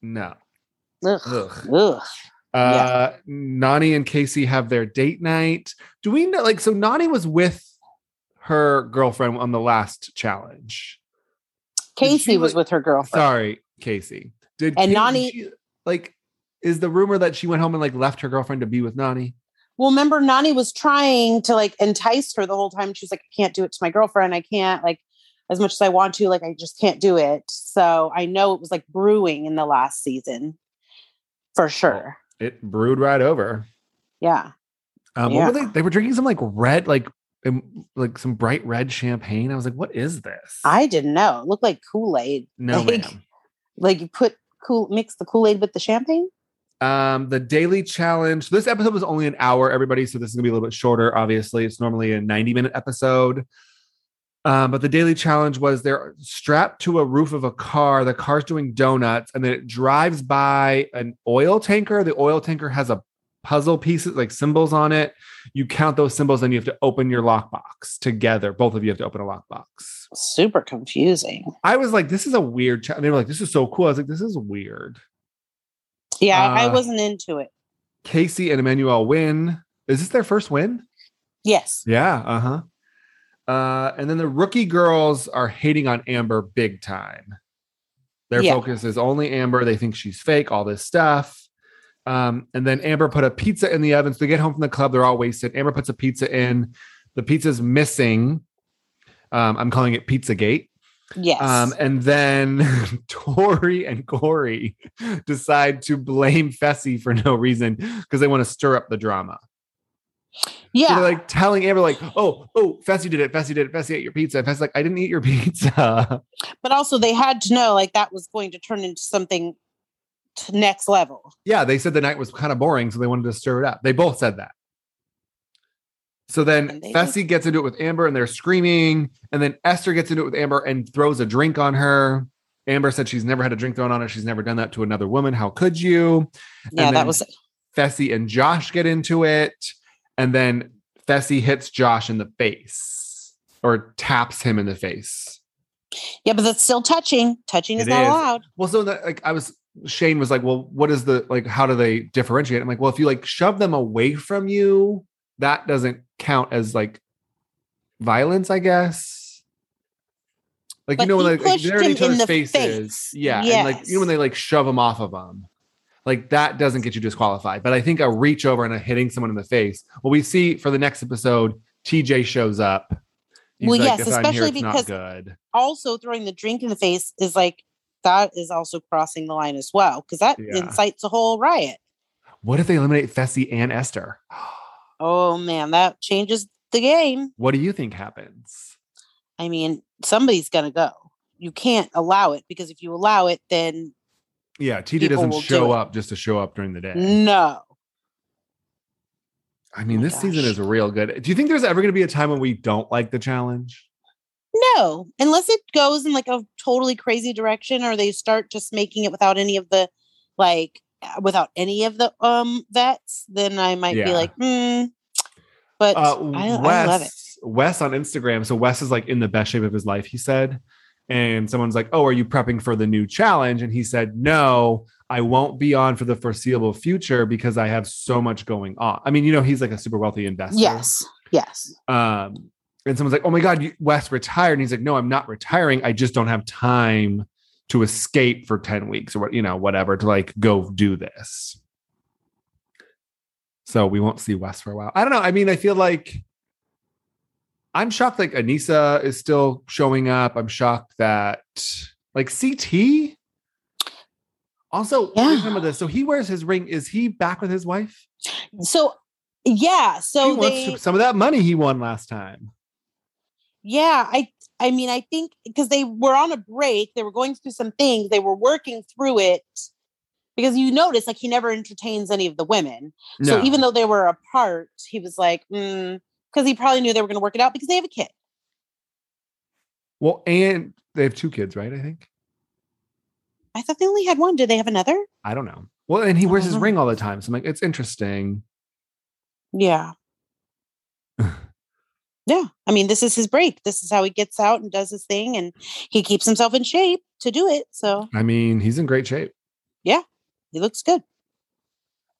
No.
Ugh.
Ugh.
Ugh.
Uh, Nani and Casey have their date night. Do we know? Like, so Nani was with her girlfriend on the last challenge. Did she,
Casey was
like-
with her girlfriend.
Sorry, Casey. Did
And
Casey-
Nani-
she- like is the rumor that she went home and like left her girlfriend to be with Nani?
Well, remember, Nani was trying to like entice her the whole time. She was like, I can't do it to my girlfriend. I can't, like, as much as I want to, like, I just can't do it. So I know it was like brewing in the last season for sure.
It brewed right over.
Yeah.
Um, what were
Yeah.
they? They were drinking some like red, like um, like some bright red champagne. I was like, what is this?
I didn't know. It looked like Kool Aid.
no,
like,
ma'am.
like you put cool, mix the Kool Aid with the champagne.
Um, the daily challenge. This episode was only an hour, everybody. So this is gonna be a little bit shorter. Obviously, it's normally a ninety-minute episode. Um, but the daily challenge was they're strapped to a roof of a car. The car's doing donuts, and then it drives by an oil tanker. The oil tanker has a puzzle pieces like symbols on it. You count those symbols, and you have to open your lockbox together. Both of you have to open a lockbox.
Super confusing.
I was like, this is a weird. Cha-. They were like, this is so cool. I was like, this is weird.
Yeah, I- I
Uh,
wasn't into it.
Casey and Emmanuel win. Is this their first win?
Yes.
Yeah. Uh huh. Uh, and then the rookie girls are hating on Amber big time. Their
Yeah.
focus is only Amber. They think she's fake, all this stuff. Um, and then Amber put a pizza in the oven. So they get home from the club. They're all wasted. Amber puts a pizza in. The pizza's missing. Um, I'm calling it Pizzagate.
Yes.
Um, and then Tori and Corey decide to blame Fessy for no reason because they want to stir up the drama. So
yeah.
they're like telling Amber, like, oh, oh, Fessy did it, Fessy did it, Fessy ate your pizza. And Fessy's like, I didn't eat your pizza.
but also, they had to know like that was going to turn into something to next level.
yeah, they said the night was kind of boring, so they wanted to stir it up. They both said that. So then
And they
Fessy gets into it with Amber and they're screaming. And then Esther gets into it with Amber and throws a drink on her. Amber said she's never had a drink thrown on her. She's never done that to another woman. How could you?
Yeah,
then-
that was
Fessy and Josh get into it, and then Fessy hits Josh in the face or taps him in the face.
yeah, but that's still touching. Touching is
It
not
is.
allowed.
Well, so that like I was Shane was like, well, what is the like? How do they differentiate? I'm like, well, if you like shove them away from you, that doesn't count as like violence, I guess. Like you
But
know when
he
like, like
pushed
they're in
him
each
in
other's
the
faces,
face.
yeah, and like you know when
Yes.
they like shove them off of them, like that doesn't get you disqualified. But I think a reach over and a hitting someone in the face. Well, we see for the next episode, TJ shows up.
Well, yes,
"If I'm here,
especially
it's not
because-
good.
Also, throwing the drink in the face is like that is also crossing the line as well because that
Yeah.
incites a whole riot.
What if they eliminate Fessy and Esther?
Oh man, that changes the game.
What do you think happens?
I mean, somebody's gonna go. You can't allow it because if you allow it, then
Yeah, TJ
people
doesn't
will do
show
it. Mm,
up just to show up during the day.
no.
I mean,
my
this season
gosh.
is real good. Do you think there's ever going to be a time when we don't like the challenge?
No, unless it goes in like a totally crazy direction, or they start just making it without any of the, like, uh, without any of the um vets, then I might
Yeah.
be like, hmm. But
Uh,
I,
Wes,
I love it.
Wes on Instagram. So Wes is like in the best shape of his life, he said. And someone's like, "Oh, are you prepping for the new challenge?" And he said, "No, I won't be on for the foreseeable future because I have so much going on." I mean, you know, he's like a super wealthy investor.
Yes, yes,
Um, and someone's like, "Oh my God, you- Wes retired," and he's like, "No, I'm not retiring. I just don't have time to escape for ten weeks or what, you know, whatever to like go do this." So we won't see Wes for a while. I don't know. I mean, I feel like I'm shocked like Anissa is still showing up. I'm shocked that like CT. Also,
Yeah.
here's some of this. So he wears his ring. Is he back with his wife?
So yeah,
he
so
Hmm. wants
they
to, some of that money he won last time.
yeah, I I mean I think because they were on a break, they were going through some things, they were working through it because you notice like he never entertains any of the women. So even though they were apart, he was like, mm, because he probably knew they were going to work it out because they have a kid.
well, and they have two kids, right? I think
I thought they only had one. Did they have another?
I don't know. Well, and he wears his
Uh-huh.
ring all the time, so I'm like, it's interesting.
Yeah. yeah. I mean, this is his break. This is how he gets out and does his thing and he keeps himself in shape to do it. So
I mean, he's in great shape.
he looks good.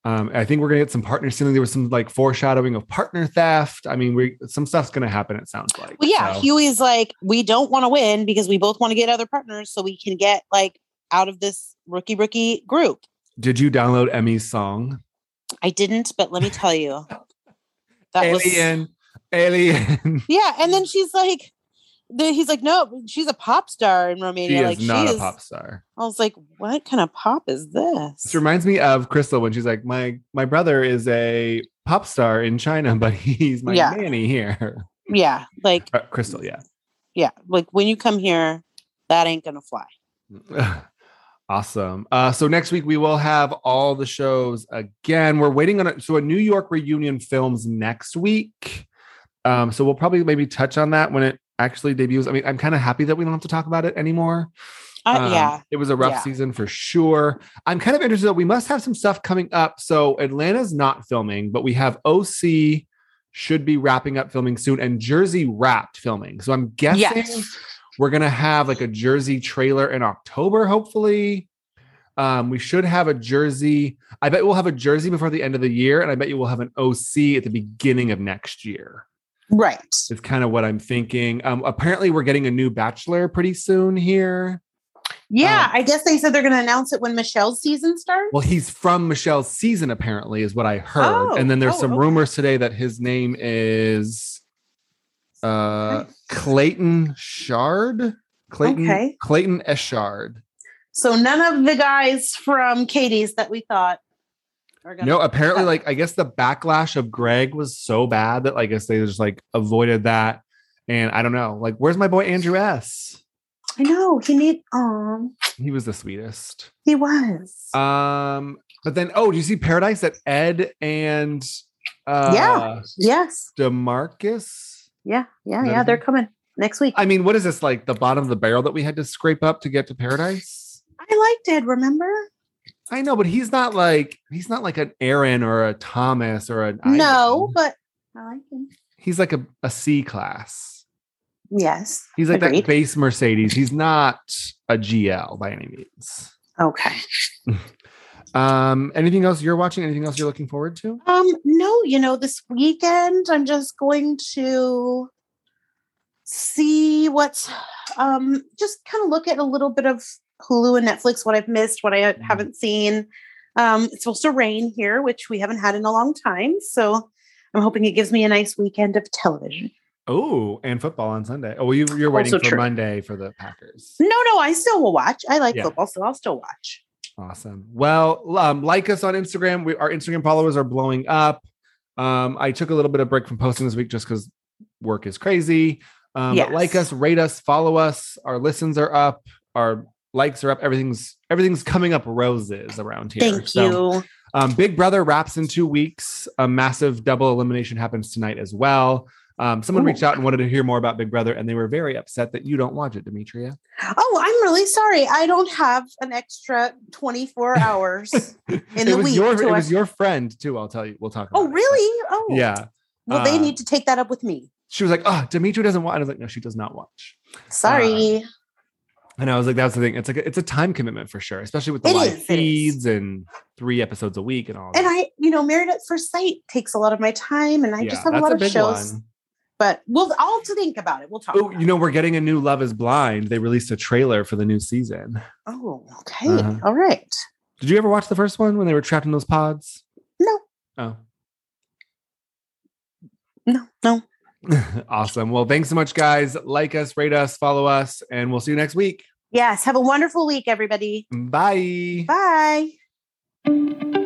Um, I think we're gonna get some partner stealing. There was some like foreshadowing of partner theft. I mean, we some stuff's gonna happen. It sounds like.
Well, yeah,
So-
Huey's like, we don't want to win because we both want to get other partners so we can get like out of this rookie rookie group.
Did you download Emmy's song?
I didn't, but let me tell you. That was
alien, alien.
Yeah, and then she's like, then he's like, no, she's a pop star in
she
Romania. like
is not
she
a pop star.
I was like, what kind of pop is this?
This reminds me of Crystal when she's like, "My my brother is a pop star in China, but he's my
Yeah.
nanny here."
yeah, like
Uh, Crystal, yeah.
yeah, like when you come here, that ain't gonna fly.
awesome. Uh, so next week we will have all the shows again. We're waiting on a, so a New York reunion films next week. Um, so we'll probably maybe touch on that when it actually debuts. I mean, I'm kind of happy that we don't have to talk about it anymore.
Uh,
Um,
yeah,
it was a rough
Yeah.
season for sure. I'm kind of interested. that We must have some stuff coming up. So Atlanta's not filming, but we have OC should be wrapping up filming soon, and Jersey wrapped filming. So I'm guessing
yes,
we're gonna have like a Jersey trailer in October, hopefully. Um, we should have a Jersey. I bet we'll have a Jersey before the end of the year, and I bet you we'll have an OC at the beginning of next year.
right.
Is kind of what I'm thinking. Um, apparently, we're getting a new Bachelor pretty soon here.
Yeah,
Um,
I guess they said they're gonna announce it when Michelle's season starts.
Well, he's from Michelle's season, apparently, is what I heard.
Oh,
and then there's
oh,
some
okay.
rumors today that his name is uh Clayton Shard. Clayton
Okay.
Clayton Eschard.
so none of the guys from Katie's that we thought are gonna.
No, apparently,
Yeah.
like I guess the backlash of Greg was so bad that like I guess they just like avoided that. And I don't know, like, where's my boy Andrew S?
I know he need. Um,
He was the sweetest.
he was.
Um, but then oh, do you see Paradise that Ed and uh
Yeah. yes.
Demarcus?
Yeah. Yeah.
Another
Yeah. They're
thing?
coming next week.
I mean, what is this like the bottom of the barrel that we had to scrape up to get to paradise?
I liked Ed, remember?
I know, but he's not like he's not like an Aaron or a Thomas or an
No,
Ivan.
but I like him.
He's like a, a C class.
Yes.
He's like
Agreed.
that base Mercedes. He's not a GL by any means.
Okay.
Um, anything else you're watching? Anything else you're looking forward to?
Um, no, you know, this weekend I'm just going to see what's um just kind of look at a little bit of Hulu and Netflix, what I've missed, what
Mm-hmm.
I haven't seen. Um, it's supposed to rain here, which we haven't had in a long time. So I'm hoping it gives me a nice weekend of television.
Oh, and football on Sunday. Oh, well, you, you're waiting
Also
for
true.
Monday for the Packers.
No, no, I still will watch. I like
Yeah.
football, so I'll still watch.
Awesome. Well, um, like us on Instagram. We, our Instagram followers are blowing up. Um, I took a little bit of break from posting this week just because work is crazy. Um,
Yes.
but like us, rate us, follow us. Our listens are up. Our likes are up. Everything's everything's coming up roses around here.
Thank
So,
you.
um, Big Brother wraps in two weeks. A massive double elimination happens tonight as well. Um, someone
Ooh.
reached out and wanted to hear more about Big Brother, and they were very upset that you don't watch it, Demetria.
Oh, I'm really sorry. I don't have an extra 24 hours.
it
the
was
week,
your
do
it
I-
was your friend too. I'll tell you. We'll talk. About
Oh,
it.
really? Oh,
Yeah.
Well, they
uh,
need to take that up with me.
She was like, "Oh, Demetria doesn't watch." I was like, "No, she does not watch."
Sorry.
And I was like, "That's the thing. It's like a, it's a time commitment for sure, especially with the
It
live
is, it is.
feeds and three episodes a week and all."
and
that.
I, you know, Married at First Sight takes a lot of my time, and I
Yeah,
just have a
that's
lot of shows.
one.
But we'll all to think about it. We'll talk.
Oh,
about
you
it.
know, we're getting a new Love Is Blind. They released a trailer for the new season.
Oh, okay.
Uh-huh.
All right.
Did you ever watch the first one when they were trapped in those pods?
No.
Oh,
No, no.
awesome. Well, thanks so much, guys. Like us, rate us, follow us, and we'll see you next week.
Yes. Have a wonderful week, everybody.
Bye.
Bye.